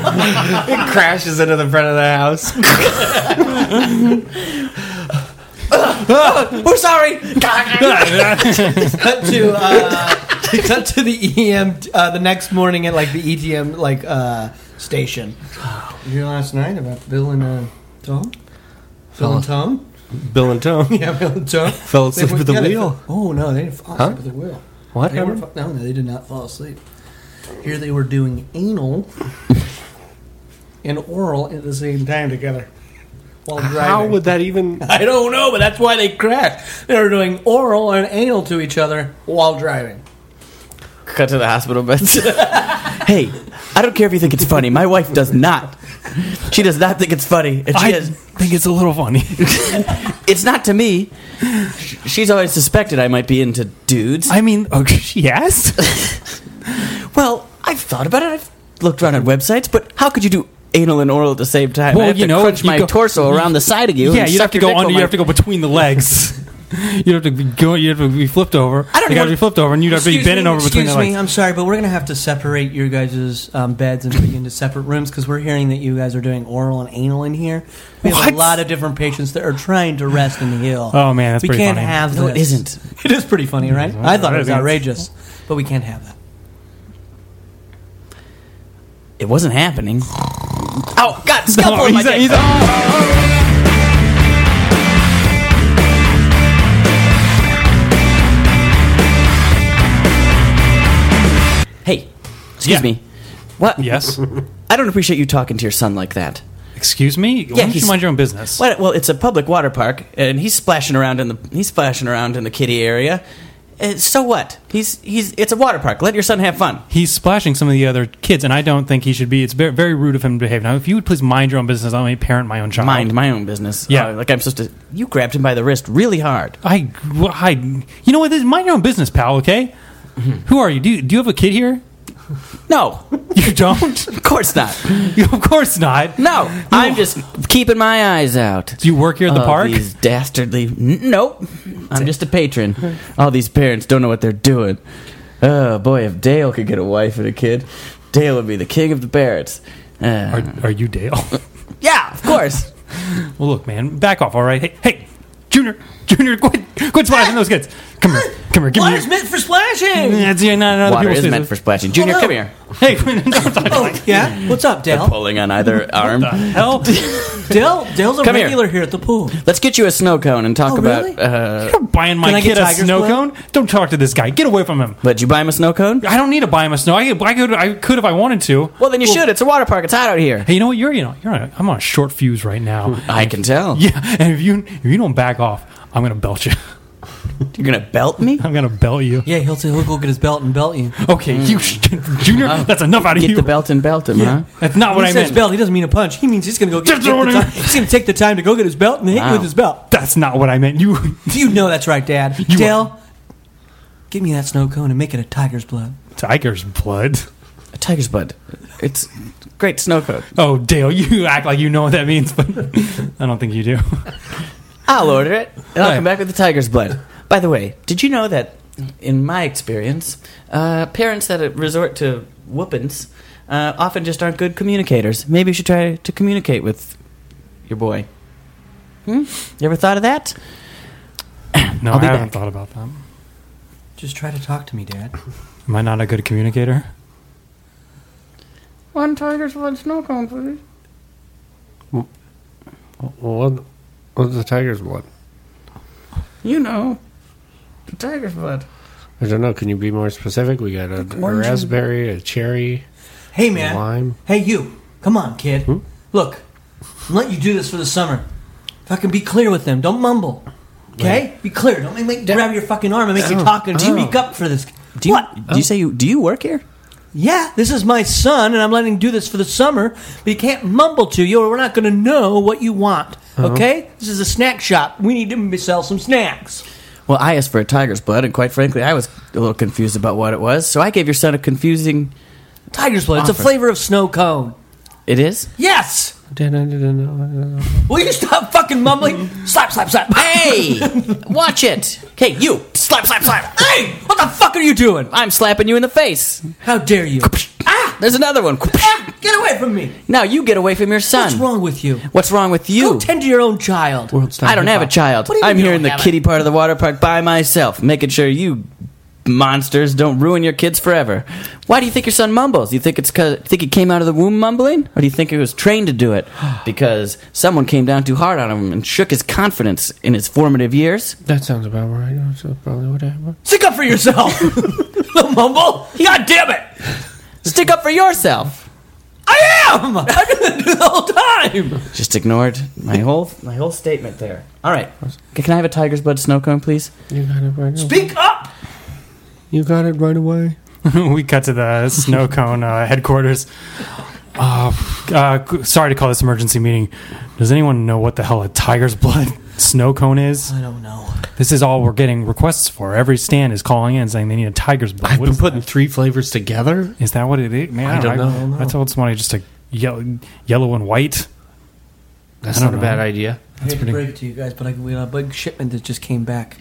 [SPEAKER 4] crashes into the front of the house.
[SPEAKER 5] We're sorry. cut to uh, cut to the EM uh, the next morning at like the ETM like uh, station. Your last night about Bill and uh, Tom. Bill and Tom.
[SPEAKER 4] Bill and Tom
[SPEAKER 5] Yeah, Bill and Tom.
[SPEAKER 4] fell
[SPEAKER 5] They
[SPEAKER 4] asleep
[SPEAKER 5] were-
[SPEAKER 4] with the
[SPEAKER 5] yeah, they
[SPEAKER 4] wheel.
[SPEAKER 5] fell- oh no, they didn't fall
[SPEAKER 4] Huh?
[SPEAKER 5] asleep with the wheel.
[SPEAKER 4] What?
[SPEAKER 5] They were, fa- no, no, they did not fall asleep. Here they were doing anal and oral at the same time together while driving.
[SPEAKER 4] How would that even?
[SPEAKER 5] I don't know, but that's why they crashed. They were doing oral and anal to each other while driving.
[SPEAKER 3] Cut to the hospital beds. hey, I don't care if you think it's funny. My wife does not. She does not think it's funny. And she
[SPEAKER 6] I
[SPEAKER 3] has,
[SPEAKER 6] think it's a little funny.
[SPEAKER 3] it's not to me. Sh- She's always suspected I might be into dudes.
[SPEAKER 6] I mean, okay, yes.
[SPEAKER 3] well, I've thought about it. I've looked around on websites, but how could you do anal and oral at the same time?
[SPEAKER 6] Well,
[SPEAKER 3] I have
[SPEAKER 6] you
[SPEAKER 3] to
[SPEAKER 6] know,
[SPEAKER 3] crunch
[SPEAKER 6] you
[SPEAKER 3] my
[SPEAKER 6] go-
[SPEAKER 3] torso around the side of you.
[SPEAKER 6] Yeah,
[SPEAKER 3] and
[SPEAKER 6] you
[SPEAKER 3] suck
[SPEAKER 6] have to
[SPEAKER 3] your
[SPEAKER 6] go
[SPEAKER 3] dick
[SPEAKER 6] under.
[SPEAKER 3] while
[SPEAKER 6] You
[SPEAKER 3] my-
[SPEAKER 6] have to go between the legs. You'd have to be going. You'd have to be flipped over.
[SPEAKER 3] I don't
[SPEAKER 6] you
[SPEAKER 3] know
[SPEAKER 6] gotta
[SPEAKER 3] what-
[SPEAKER 6] be flipped over, and you'd have to be
[SPEAKER 5] Excuse
[SPEAKER 6] bending
[SPEAKER 5] me,
[SPEAKER 6] over between the
[SPEAKER 5] excuse me,
[SPEAKER 6] legs.
[SPEAKER 5] I'm sorry, but we're going to have to separate your guys' um, beds and put you into separate rooms because we're hearing that you guys are doing oral and anal in here. We have
[SPEAKER 6] What?
[SPEAKER 5] a lot of different patients that are trying to rest and heal.
[SPEAKER 6] Oh, man, that's
[SPEAKER 5] we
[SPEAKER 6] pretty
[SPEAKER 5] can't
[SPEAKER 6] funny.
[SPEAKER 5] have
[SPEAKER 3] No,
[SPEAKER 5] this.
[SPEAKER 3] it isn't.
[SPEAKER 5] It is pretty funny, right? I thought it was
[SPEAKER 6] It is.
[SPEAKER 5] outrageous, but we can't have that.
[SPEAKER 3] It wasn't happening. Oh God! Scalpel
[SPEAKER 6] Oh,
[SPEAKER 3] in my
[SPEAKER 6] he's-
[SPEAKER 3] dick.
[SPEAKER 6] he's- oh,
[SPEAKER 3] Hey, excuse
[SPEAKER 6] Yeah.
[SPEAKER 3] me. What?
[SPEAKER 6] Yes.
[SPEAKER 3] I don't appreciate you talking to your son like that.
[SPEAKER 6] Excuse me. Why don't you
[SPEAKER 3] he's-
[SPEAKER 6] mind your own business?
[SPEAKER 3] Well, well, it's a public water park, and he's splashing around in the he's splashing around in the kiddie area. Uh, so what? He's he's it's a water park. Let your son have fun.
[SPEAKER 6] he's splashing some of the other kids, and I don't think he should be. It's very, very rude of him to behave. Now, if you would please mind your own business, I'm a parent my own child.
[SPEAKER 3] Mind my own business.
[SPEAKER 6] Yeah.
[SPEAKER 3] Uh, like I'm supposed to. You grabbed him by the wrist really hard.
[SPEAKER 6] I, well, I, you know what? This is mind your own business, pal. Okay.
[SPEAKER 3] Mm-hmm.
[SPEAKER 6] Who are you? Do you, do you have a kid here?
[SPEAKER 3] No,
[SPEAKER 6] You don't.
[SPEAKER 3] of course not.
[SPEAKER 6] of course not.
[SPEAKER 3] No, I'm Oh, just keeping my eyes out.
[SPEAKER 6] Do you work here at the
[SPEAKER 3] All
[SPEAKER 6] park?
[SPEAKER 3] These dastardly. N- nope. I'm just a patron. All these parents don't know what they're doing. Oh boy, if Dale could get a wife and a kid, Dale would be the king of the Barretts. Uh,
[SPEAKER 6] Are, are you Dale?
[SPEAKER 7] Yeah, of course.
[SPEAKER 6] Well, look, man, back off, all right? Hey, hey, Junior, Junior, quit, quit splashing those kids. Come here, come here, give me
[SPEAKER 5] Water's
[SPEAKER 6] your.
[SPEAKER 5] meant for splashing.
[SPEAKER 6] That's yeah, not another
[SPEAKER 3] Water
[SPEAKER 6] people's
[SPEAKER 3] is
[SPEAKER 6] business.
[SPEAKER 3] meant for splashing. Junior,
[SPEAKER 5] Hold
[SPEAKER 3] come
[SPEAKER 5] up.
[SPEAKER 3] here.
[SPEAKER 6] Hey, I'm talking like
[SPEAKER 5] Oh, Yeah. What's up, Dale?
[SPEAKER 3] Pulling on either arm.
[SPEAKER 6] hell.
[SPEAKER 5] Dale, Dale's a
[SPEAKER 3] Come here.
[SPEAKER 5] regular here. at the pool.
[SPEAKER 3] Let's get you a snow cone and talk
[SPEAKER 5] Oh,
[SPEAKER 3] about.
[SPEAKER 5] really?
[SPEAKER 3] Uh,
[SPEAKER 6] You're buying
[SPEAKER 5] Can I
[SPEAKER 6] my
[SPEAKER 5] get
[SPEAKER 6] kid a
[SPEAKER 5] Tiger's
[SPEAKER 6] snow
[SPEAKER 5] blood?
[SPEAKER 6] cone? Don't talk to this guy. Get away from him.
[SPEAKER 3] but you buy him a snow cone?
[SPEAKER 6] I don't need to buy him a snow. I could, I could, I could if I wanted to.
[SPEAKER 3] Well, then you should. It's a water park. It's hot out here.
[SPEAKER 6] Hey, you know what? You're, you know, you're. On a, I'm on a short fuse right now.
[SPEAKER 3] I can tell.
[SPEAKER 6] yeah, and if you if you don't back off, I'm gonna belt you.
[SPEAKER 3] You're gonna belt me?
[SPEAKER 6] I'm gonna belt you.
[SPEAKER 5] Yeah, he'll, he'll go get his belt and belt you.
[SPEAKER 6] Okay, you sh- Junior, that's enough out of
[SPEAKER 3] Mm. Uh, Get
[SPEAKER 6] you.
[SPEAKER 3] the belt and belt him, huh?
[SPEAKER 6] That's not what
[SPEAKER 5] he
[SPEAKER 6] I
[SPEAKER 5] says
[SPEAKER 6] meant.
[SPEAKER 5] belt. He doesn't mean a punch. He means he's gonna go get.
[SPEAKER 6] Just what
[SPEAKER 5] get
[SPEAKER 6] I
[SPEAKER 5] the
[SPEAKER 6] mean.
[SPEAKER 5] time. He's gonna take the time to go get his belt and hit
[SPEAKER 3] Wow.
[SPEAKER 5] you with his belt.
[SPEAKER 6] That's not what I meant. You
[SPEAKER 5] You know that's right, Dad.
[SPEAKER 6] You
[SPEAKER 5] Dale, give me that snow cone and make it a tiger's blood.
[SPEAKER 6] tiger's blood.
[SPEAKER 3] A tiger's blood. It's great snow cone.
[SPEAKER 6] Oh, Dale, you act like you know what that means, but I don't think you do.
[SPEAKER 3] I'll order it, and I'll
[SPEAKER 6] Right.
[SPEAKER 3] come back with the tiger's blood. Uh, By the way, did you know that, in my experience, uh, parents that resort to whoopings uh, often just aren't good communicators? Maybe you should try to communicate with your boy. Hmm? You ever thought of that?
[SPEAKER 6] No,
[SPEAKER 3] I'll
[SPEAKER 6] I
[SPEAKER 3] be
[SPEAKER 6] haven't
[SPEAKER 3] back.
[SPEAKER 6] thought about that.
[SPEAKER 5] Just try to talk to me, Dad.
[SPEAKER 6] Am I not a good communicator?
[SPEAKER 7] One tiger's blood snow cone, please.
[SPEAKER 4] Well, what, what's the tiger's blood?
[SPEAKER 7] You know, the tiger's blood.
[SPEAKER 4] I don't know. Can you be more specific? We got a, a
[SPEAKER 7] orange and-
[SPEAKER 4] raspberry, a cherry,
[SPEAKER 5] Hey,
[SPEAKER 4] a
[SPEAKER 5] man.
[SPEAKER 4] lime.
[SPEAKER 5] Hey, you. Come on, kid. Look, I'm letting you do this for the summer. Fucking be clear with them. Don't mumble. Okay? Be clear. Don't make me grab your fucking arm and make you talk and speak up for this.
[SPEAKER 3] Do you,
[SPEAKER 5] what?
[SPEAKER 3] Do you say you do you work here?
[SPEAKER 5] Yeah, this is my son, and I'm letting him do this for the summer. But you can't mumble to you, or we're not going to know what you want. Okay? This is a snack shop. We need to sell some snacks.
[SPEAKER 3] Well, I asked for a tiger's blood, and quite frankly, I was a little confused about what it was. So I gave your son a confusing.
[SPEAKER 5] Tiger's blood. It's
[SPEAKER 3] Offer.
[SPEAKER 5] a flavor of snow cone.
[SPEAKER 3] It is.
[SPEAKER 5] Yes. Will you stop fucking mumbling? slap, slap, slap.
[SPEAKER 3] Hey, watch it. Hey, you slap, slap, slap.
[SPEAKER 5] Hey, what the fuck are you doing?
[SPEAKER 3] I'm slapping you in the face.
[SPEAKER 5] How dare you? ah,
[SPEAKER 3] There's another one.
[SPEAKER 5] ah, get away from me.
[SPEAKER 3] Now you get away from your son.
[SPEAKER 5] What's wrong with you?
[SPEAKER 3] What's wrong with
[SPEAKER 5] Go
[SPEAKER 3] you?
[SPEAKER 5] tend to your own child.
[SPEAKER 3] I don't have a child.
[SPEAKER 5] What do you mean
[SPEAKER 3] I'm
[SPEAKER 5] you
[SPEAKER 3] here
[SPEAKER 5] don't
[SPEAKER 3] in the
[SPEAKER 5] have
[SPEAKER 3] kiddie part of the water park by myself, making sure you monsters don't ruin your kids forever. Why do you think your son mumbles? You think it's cause, think he came out of the womb mumbling, or do you think he was trained to do it because someone came down too hard on him and shook his confidence in his formative years?
[SPEAKER 4] That sounds about right. That's probably what happened.
[SPEAKER 5] Stick up for yourself. Little mumble. God damn it.
[SPEAKER 3] Stick up for yourself.
[SPEAKER 5] I am. I've been doing it the whole time.
[SPEAKER 3] Just ignored my whole my whole statement there. All right, can I have a tiger's blood snow cone, please?
[SPEAKER 4] You got it right away.
[SPEAKER 5] Speak up.
[SPEAKER 4] You got it right away.
[SPEAKER 6] we cut to the snow cone uh, headquarters. Uh, uh, sorry to call this emergency meeting. Does anyone know what the hell a tiger's blood snow cone is?
[SPEAKER 5] I don't know.
[SPEAKER 6] This is all we're getting requests for. Every stand is calling in saying they need a tiger's blood. What is that?
[SPEAKER 4] three flavors together.
[SPEAKER 6] Is that what it is? Man,
[SPEAKER 4] I don't know. I don't
[SPEAKER 6] I
[SPEAKER 4] know.
[SPEAKER 6] told somebody just to yellow, yellow and white.
[SPEAKER 4] That's
[SPEAKER 6] I don't
[SPEAKER 4] not a
[SPEAKER 6] know.
[SPEAKER 4] bad idea.
[SPEAKER 5] I hate to break it to you guys, but I, we got a big shipment that just came back.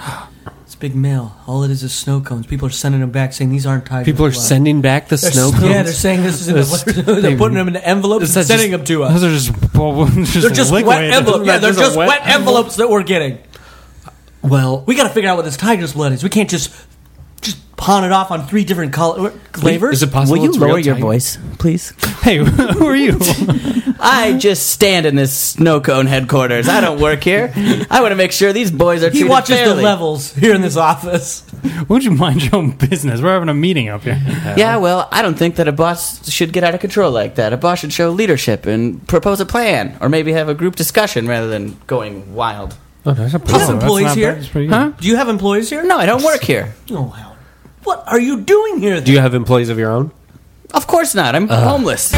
[SPEAKER 5] It's big mail. All it is is snow cones. People are sending them back saying these aren't tiger
[SPEAKER 4] People are
[SPEAKER 5] blood.
[SPEAKER 4] sending back the
[SPEAKER 5] They're
[SPEAKER 4] snow
[SPEAKER 5] s-
[SPEAKER 4] cones.
[SPEAKER 5] Yeah, they're saying this is in the, they're putting them in the envelopes and
[SPEAKER 4] that
[SPEAKER 5] sending
[SPEAKER 4] just-
[SPEAKER 5] them to us.
[SPEAKER 6] Those are just, well, just
[SPEAKER 5] They're just
[SPEAKER 6] liquid.
[SPEAKER 5] wet envelopes. Yeah, they're
[SPEAKER 4] Those are
[SPEAKER 5] just
[SPEAKER 4] wet
[SPEAKER 5] wet, envelopes that we're getting.
[SPEAKER 4] well,
[SPEAKER 5] We got to figure out what this tiger's blood is. We can't just just pawn it off on three different color flavors.
[SPEAKER 4] is it possible?
[SPEAKER 3] Will you
[SPEAKER 4] it's real
[SPEAKER 3] lower your
[SPEAKER 4] tiger-
[SPEAKER 3] voice, please?
[SPEAKER 6] Hey, who are you?
[SPEAKER 3] I just stand in this snow cone headquarters. I don't work here. I want to make sure these boys are
[SPEAKER 5] he
[SPEAKER 3] treated
[SPEAKER 5] watches
[SPEAKER 3] fairly.
[SPEAKER 5] the levels here in this office.
[SPEAKER 6] Would you mind your own business? We're having a meeting up here.
[SPEAKER 3] Yeah, well, I don't think that a boss should get out of control like that. A boss should show leadership and propose a plan, or maybe have a group discussion rather than going wild.
[SPEAKER 4] Oh, that's a
[SPEAKER 5] Do you have
[SPEAKER 4] problem.
[SPEAKER 5] employees
[SPEAKER 6] not bad.
[SPEAKER 5] here?
[SPEAKER 6] That's pretty good.
[SPEAKER 5] Huh? Do you have employees here?
[SPEAKER 3] No, I don't work here.
[SPEAKER 5] Oh, Howard. What are you doing here?
[SPEAKER 4] Do you have employees of your own?
[SPEAKER 3] Of course not. I'm homeless.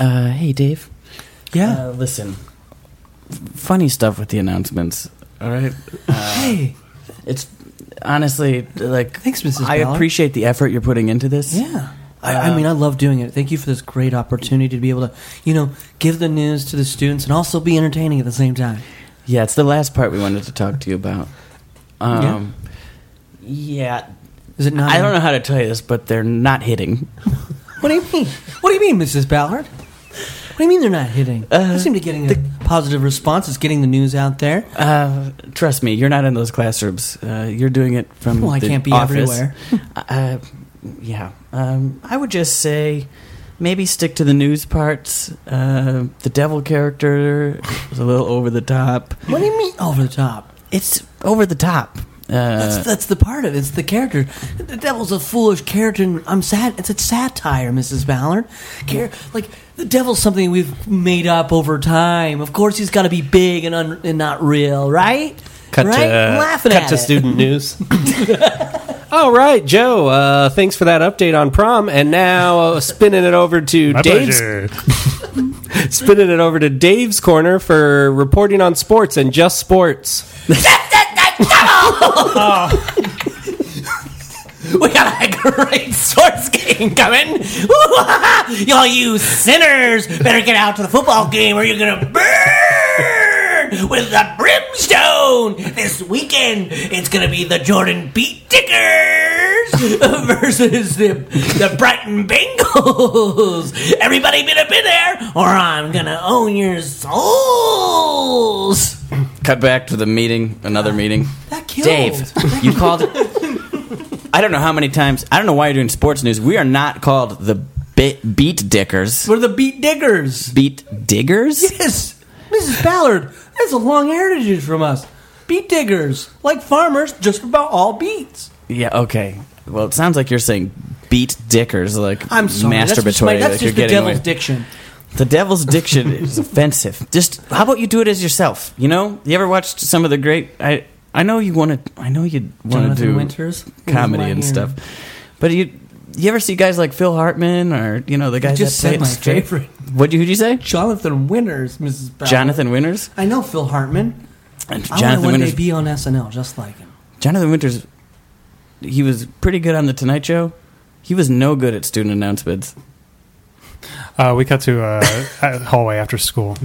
[SPEAKER 3] Uh, hey, Dave.
[SPEAKER 5] yeah.
[SPEAKER 3] Uh, listen, funny stuff with the announcements. All right, Uh,
[SPEAKER 5] hey.
[SPEAKER 3] it's honestly like
[SPEAKER 5] Thanks, Mrs.
[SPEAKER 3] I
[SPEAKER 5] Ballard.
[SPEAKER 3] appreciate Uh, the effort you're putting into this.
[SPEAKER 5] Yeah. I, I mean, I love doing it. Thank you for this great opportunity to be able to, you know, give the news to the students and also be entertaining at the same time.
[SPEAKER 3] Yeah, it's the last part we wanted to talk to you about. Um, yeah.
[SPEAKER 5] Is Is it not?
[SPEAKER 3] I don't know how to tell you this, but they're not hitting.
[SPEAKER 5] What do you mean? What do you mean, Mrs. Ballard? What do you mean they're not hitting?
[SPEAKER 3] Uh,
[SPEAKER 5] they seem to be getting a positive response. It's getting the news out there.
[SPEAKER 3] Uh, trust me, you're not in those classrooms. Uh, you're doing it from.
[SPEAKER 5] Well, I
[SPEAKER 3] the
[SPEAKER 5] can't be
[SPEAKER 3] office.
[SPEAKER 5] everywhere.
[SPEAKER 3] Uh, yeah, um, I would just say maybe stick to the news parts. Uh, the devil character was a little over the top.
[SPEAKER 5] What do you mean over the top?
[SPEAKER 3] It's over the top.
[SPEAKER 5] That's,
[SPEAKER 3] Uh,
[SPEAKER 5] that's the part of it. It's the character. The devil's a foolish character. And I'm sad. It's a satire, Mrs. Ballard. Care like the devil's something we've made up over time. Of course, he's got to be big and, un- and not real, right?
[SPEAKER 4] Cut
[SPEAKER 5] right?
[SPEAKER 4] to,
[SPEAKER 5] I'm laughing
[SPEAKER 4] cut
[SPEAKER 5] at
[SPEAKER 4] to
[SPEAKER 5] it.
[SPEAKER 4] student news. All right, Joe. Uh, thanks for that update on prom, and now uh, spinning it over to
[SPEAKER 6] My
[SPEAKER 4] Dave's
[SPEAKER 6] pleasure.
[SPEAKER 4] spinning it over to Dave's corner for reporting on sports and just sports.
[SPEAKER 5] We got a great sports game coming. Y'all, you sinners, better get out to the football game or you're going to burn with the brimstone. This weekend, it's going to be the Jordan Beat Dickers versus the, the Brighton Bengals. Everybody better be there or I'm going to own your souls.
[SPEAKER 3] cut back to the meeting, another meeting.
[SPEAKER 5] That killed.
[SPEAKER 3] Dave, Uh, you called. I don't know how many times. I don't know why you're doing sports news. We are not called the bi- beat dickers.
[SPEAKER 5] We're the Beat Diggers.
[SPEAKER 3] Beat diggers?
[SPEAKER 5] Yes, Mrs. Ballard, that's a long heritage from us. Beet diggers, like farmers, just about all beets.
[SPEAKER 3] Yeah. Okay. Well, it sounds like you're saying beat dickers, like
[SPEAKER 5] I'm sorry, that's
[SPEAKER 3] masturbatory.
[SPEAKER 5] just, my, that's
[SPEAKER 3] like
[SPEAKER 5] just
[SPEAKER 3] you're
[SPEAKER 5] the
[SPEAKER 3] getting
[SPEAKER 5] devil's
[SPEAKER 3] away.
[SPEAKER 5] diction.
[SPEAKER 3] The devil's diction is offensive. Just how about you do it as yourself? You know, you ever watched some of the great? I I know you want to. I know you want to
[SPEAKER 5] Jonathan
[SPEAKER 3] do
[SPEAKER 5] Winters
[SPEAKER 3] comedy
[SPEAKER 5] With my
[SPEAKER 3] and
[SPEAKER 5] hair.
[SPEAKER 3] stuff, but you. You ever see guys like Phil Hartman or you know the guys
[SPEAKER 5] just
[SPEAKER 3] that play
[SPEAKER 5] said my
[SPEAKER 3] straight-
[SPEAKER 5] favorite.
[SPEAKER 3] What you who'd you say?
[SPEAKER 5] Jonathan Winters, Mrs. Ballard.
[SPEAKER 3] Jonathan Winters.
[SPEAKER 5] I know Phil Hartman.
[SPEAKER 3] And
[SPEAKER 5] I want to
[SPEAKER 3] Jonathan
[SPEAKER 5] one
[SPEAKER 3] Winters.
[SPEAKER 5] day be on SNL just like him.
[SPEAKER 3] Jonathan Winters. He was pretty good on the Tonight Show. He was no good at student announcements.
[SPEAKER 6] Uh, we cut to uh, a hallway after school.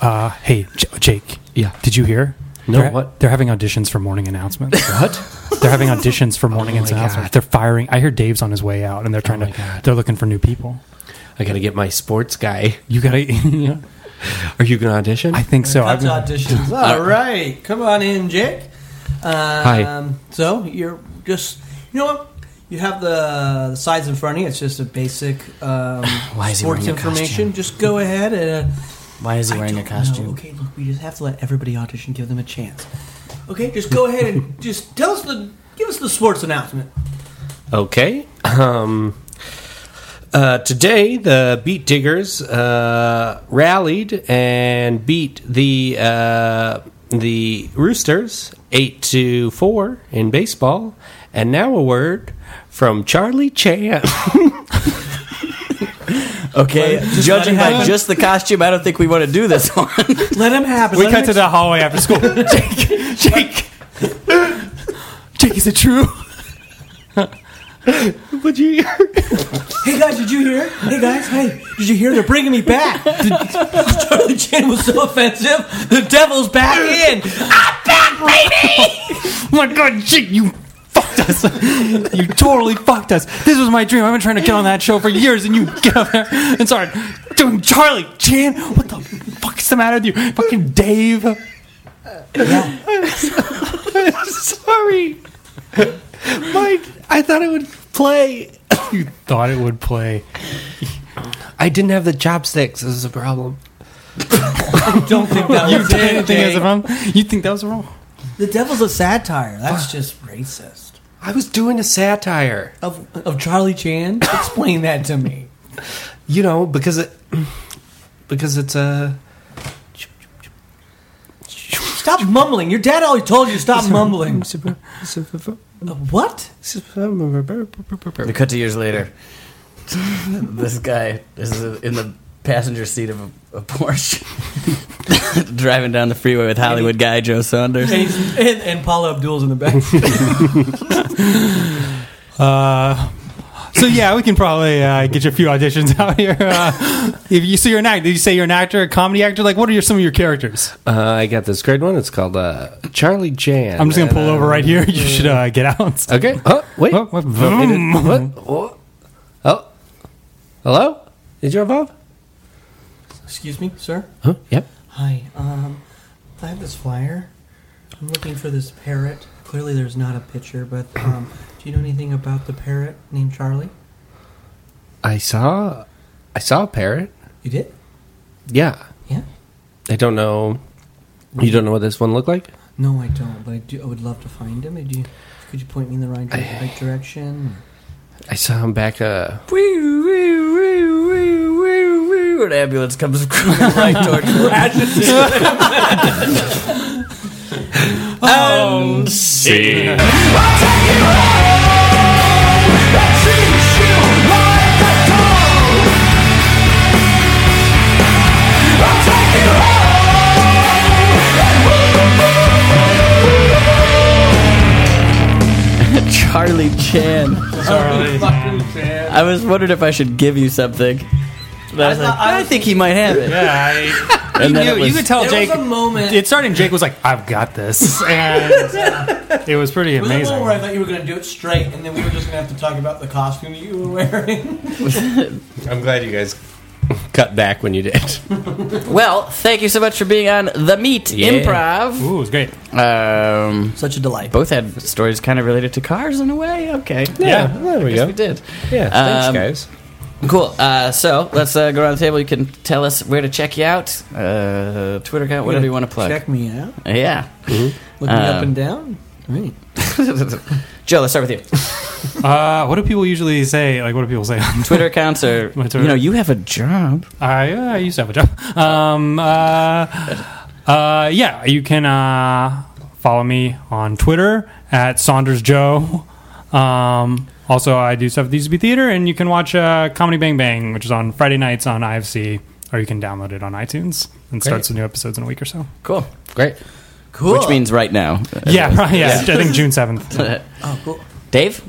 [SPEAKER 6] Uh, hey, J- Jake. Yeah. Did you hear?
[SPEAKER 4] No,
[SPEAKER 6] They're,
[SPEAKER 4] what?
[SPEAKER 6] They're having auditions for morning announcements.
[SPEAKER 4] What? Oh
[SPEAKER 6] they're having auditions for morning
[SPEAKER 4] my
[SPEAKER 6] announcements.
[SPEAKER 4] God. Oh
[SPEAKER 6] They're firing. I hear Dave's on his way out, and they're trying
[SPEAKER 4] my
[SPEAKER 6] to.
[SPEAKER 4] God.
[SPEAKER 6] They're looking for new people.
[SPEAKER 4] I gotta get my sports guy.
[SPEAKER 6] You gotta. yeah,
[SPEAKER 4] Are you gonna audition?
[SPEAKER 6] I think so.
[SPEAKER 5] Cut
[SPEAKER 6] I've
[SPEAKER 5] to
[SPEAKER 6] been,
[SPEAKER 5] auditions. All right, come on in, Jake. Um,
[SPEAKER 4] Hi.
[SPEAKER 5] So you're just, you know what? You have the, the sides in front of you. It's just a basic um,
[SPEAKER 3] Why is he
[SPEAKER 5] sports
[SPEAKER 3] wearing a
[SPEAKER 5] information. Just go ahead and. Uh,
[SPEAKER 3] Why is he
[SPEAKER 5] I
[SPEAKER 3] wearing a
[SPEAKER 5] don't know.
[SPEAKER 3] costume?
[SPEAKER 5] Okay, look, we just have to let everybody audition, give them a chance. Okay, just go ahead and just tell us the, give us the sports announcement.
[SPEAKER 4] Okay. Um, uh, today, the Beat Diggers uh, rallied and beat the uh, the Roosters eight to four in baseball. And now a word from Charlie Chan.
[SPEAKER 3] Okay, judging
[SPEAKER 5] let
[SPEAKER 3] by
[SPEAKER 5] it happen.
[SPEAKER 3] uh, just the costume, I don't think we want to do this one.
[SPEAKER 5] Let them happen.
[SPEAKER 6] we
[SPEAKER 5] Let
[SPEAKER 6] cut
[SPEAKER 5] 'em
[SPEAKER 6] to the hallway after school. Jake. Jake. Jake, is it true?
[SPEAKER 4] Would you?
[SPEAKER 5] Hey guys, did you hear? Hey guys, hey, did you hear? They're bringing me back. Charlie Chan was so offensive. The devil's back in. I'm back, baby.
[SPEAKER 6] Oh my god, Jake, you fucked us. you totally fucked us. This was my dream. I've been trying to get on that show for years, and you get up there and start doing Charlie Chan. What the fuck is the matter with you? Fucking Dave.
[SPEAKER 4] Sorry, Mike. I thought it would play.
[SPEAKER 6] You thought it would play.
[SPEAKER 4] I didn't have the chopsticks. This is a problem.
[SPEAKER 5] Don't think that
[SPEAKER 6] You
[SPEAKER 5] was
[SPEAKER 6] didn't
[SPEAKER 5] it.
[SPEAKER 6] think it was
[SPEAKER 5] Jake.
[SPEAKER 6] wrong. You think that was wrong?
[SPEAKER 5] The devil's a satire. That's just racist.
[SPEAKER 4] I was doing a satire.
[SPEAKER 5] Of of Charlie Chan. Explain that to me.
[SPEAKER 4] you know because it because it's a
[SPEAKER 5] Stop mumbling. Your dad always told you to stop mumbling. What?
[SPEAKER 3] We cut to years later. this guy is in the passenger seat of a, a Porsche, driving down the freeway with Hollywood guy Joe Saunders.
[SPEAKER 5] And, he's- and, and Paula Abdul's in the back.
[SPEAKER 6] Uh, So yeah, we can probably uh, get you a few auditions out here. Uh, if you so you're an actor, you say you're an actor, a comedy actor. Like, what are your, some of your characters?
[SPEAKER 4] Uh, I got this great one. It's called uh, Charlie Jan.
[SPEAKER 6] I'm just gonna
[SPEAKER 4] And,
[SPEAKER 6] pull
[SPEAKER 4] uh,
[SPEAKER 5] um,
[SPEAKER 6] over right here. You should uh, get out.
[SPEAKER 4] Okay. Oh, wait.
[SPEAKER 6] Oh, what- vroom.
[SPEAKER 4] It is- what? Oh. Oh. Hello? Is your Bob?
[SPEAKER 5] Excuse me, sir.
[SPEAKER 4] Huh? Yep.
[SPEAKER 5] Hi. Um, I have this flyer. I'm looking for this parrot. Clearly, there's not a picture, but um, do you know anything about the parrot named Charlie?
[SPEAKER 4] I saw I saw a parrot.
[SPEAKER 5] You did?
[SPEAKER 4] Yeah.
[SPEAKER 5] Yeah.
[SPEAKER 4] I don't know. You don't know what this one looked like?
[SPEAKER 5] No, I don't. But I do. I would love to find him. Do you, could you point me in the right, right direction?
[SPEAKER 4] I saw him back uh
[SPEAKER 3] Woo, woo, woo, woo, woo, woo. An ambulance comes cruising right towards And Charlie Chan. I was wondering if I should give you something. And I, was like, I think he might have it.
[SPEAKER 6] Yeah, I,
[SPEAKER 3] And
[SPEAKER 6] you,
[SPEAKER 3] then
[SPEAKER 6] knew,
[SPEAKER 3] it was-
[SPEAKER 6] you could tell
[SPEAKER 5] There
[SPEAKER 6] Jake.
[SPEAKER 5] was a moment.
[SPEAKER 6] It started. and Jake was like, "I've got this," and uh, it was pretty
[SPEAKER 5] There was a
[SPEAKER 6] amazing.
[SPEAKER 5] moment where I thought you were going to do it straight, and then we were just going to have to talk about the costume you were wearing.
[SPEAKER 4] I'm glad you guys cut back when you did.
[SPEAKER 3] Well, thank you so much for being on The Meat
[SPEAKER 4] Yeah.
[SPEAKER 3] Improv.
[SPEAKER 6] Ooh, it was great.
[SPEAKER 3] Um,
[SPEAKER 5] Such a delight.
[SPEAKER 3] both had stories kind of related to cars in a way. Okay.
[SPEAKER 4] Yeah, there we
[SPEAKER 3] Yes,
[SPEAKER 4] go.
[SPEAKER 3] we did.
[SPEAKER 4] Yeah,
[SPEAKER 5] Uh,
[SPEAKER 3] Um,
[SPEAKER 4] thanks
[SPEAKER 3] Cool. Uh, so let's uh, go around the table. You can tell us where to check you out, uh, Twitter account, whatever you want to plug.
[SPEAKER 5] Check me out. Mm-hmm.
[SPEAKER 3] Yeah.
[SPEAKER 5] Look me
[SPEAKER 3] Um,
[SPEAKER 5] up and down. Right.
[SPEAKER 3] Joe, let's start with you.
[SPEAKER 6] Uh, what do people usually say? Like, what do people say?
[SPEAKER 3] Twitter accounts are,
[SPEAKER 6] My Twitter.
[SPEAKER 3] you know, you have a job.
[SPEAKER 6] I, uh, I used to have a job. Um, uh, uh, yeah, you can uh, follow me on Twitter at Saunders Joe. Um, also, I do stuff at the UCB Theater, and you can watch uh, Comedy Bang Bang, which is on Friday nights on IFC, or you can download it on iTunes and starts the new episodes in a week or so.
[SPEAKER 3] Cool.
[SPEAKER 4] guys. Great.
[SPEAKER 5] Cool.
[SPEAKER 3] Which means right now.
[SPEAKER 6] Yeah, right, yeah, I think June seventh.
[SPEAKER 5] Oh, cool.
[SPEAKER 3] Dave?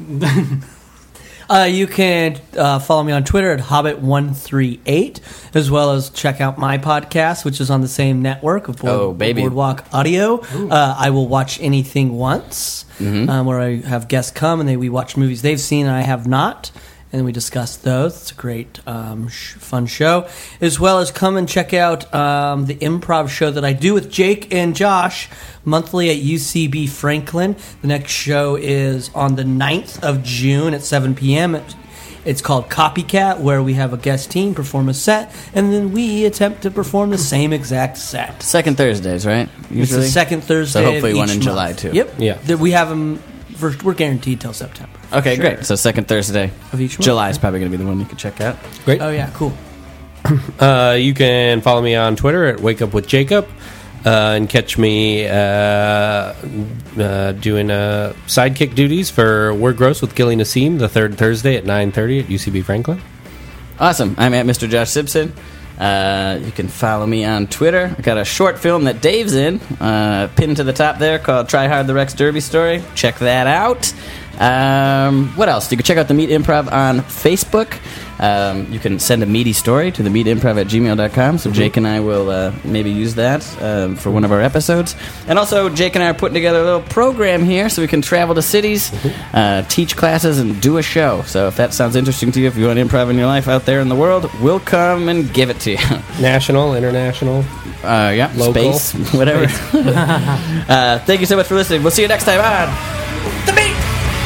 [SPEAKER 5] Uh, you can uh, follow me on Twitter at Hobbit138, as well as check out my podcast, which is on the same network of Board,
[SPEAKER 3] Oh, baby.
[SPEAKER 5] Boardwalk Audio. Uh, I will watch anything once,
[SPEAKER 3] Mm-hmm.
[SPEAKER 5] um, where I have guests come and they we watch movies they've seen and I have not. And we discuss those. It's a great, um, sh- fun show. As well as come and check out um, the improv show that I do with Jake and Josh monthly at UCB Franklin. The next show is on the 9th of June at 7 p.m. at it's called Copycat, where we have a guest team perform a set, and then we attempt to perform the same exact set.
[SPEAKER 3] Second Thursdays, right?
[SPEAKER 5] It's
[SPEAKER 3] Usually?
[SPEAKER 5] the second Thursday.
[SPEAKER 3] So hopefully
[SPEAKER 5] of each
[SPEAKER 3] one in
[SPEAKER 5] month.
[SPEAKER 3] July, too.
[SPEAKER 5] Yep.
[SPEAKER 4] Yeah.
[SPEAKER 5] That we have them. For, we're guaranteed till September.
[SPEAKER 3] Okay, great. So second Thursday
[SPEAKER 5] Of each month.
[SPEAKER 3] July is probably going to be the one you can check out.
[SPEAKER 4] Great.
[SPEAKER 5] Oh yeah, cool.
[SPEAKER 4] Uh, you can follow me on Twitter at Wake Up with Jacob, uh, and catch me uh, uh, doing uh, sidekick duties for We're Gross with Gilly Nassim the third Thursday at nine thirty at UCB Franklin.
[SPEAKER 3] Awesome. I'm at Mr. Josh Simpson. Uh, you can follow me on Twitter. I got a short film that Dave's in, uh, pinned to the top there, called "Try Hard: The Rex Derby Story." Check that out. Um, what else? You can check out the Meat Improv on Facebook. Um, you can send a meaty story to the meatimprov at gmail.com. So Jake and I will uh, maybe use that um, for one of our episodes. And also, Jake and I are putting together a little program here so we can travel to cities, uh, teach classes, and do a show. So if that sounds interesting to you, if you want improv in your life out there in the world, we'll come and give it to you.
[SPEAKER 4] National, international.
[SPEAKER 3] Uh, yeah,
[SPEAKER 4] Local.
[SPEAKER 3] space, whatever. uh, thank you so much for listening. We'll see you next time on.
[SPEAKER 2] The meat.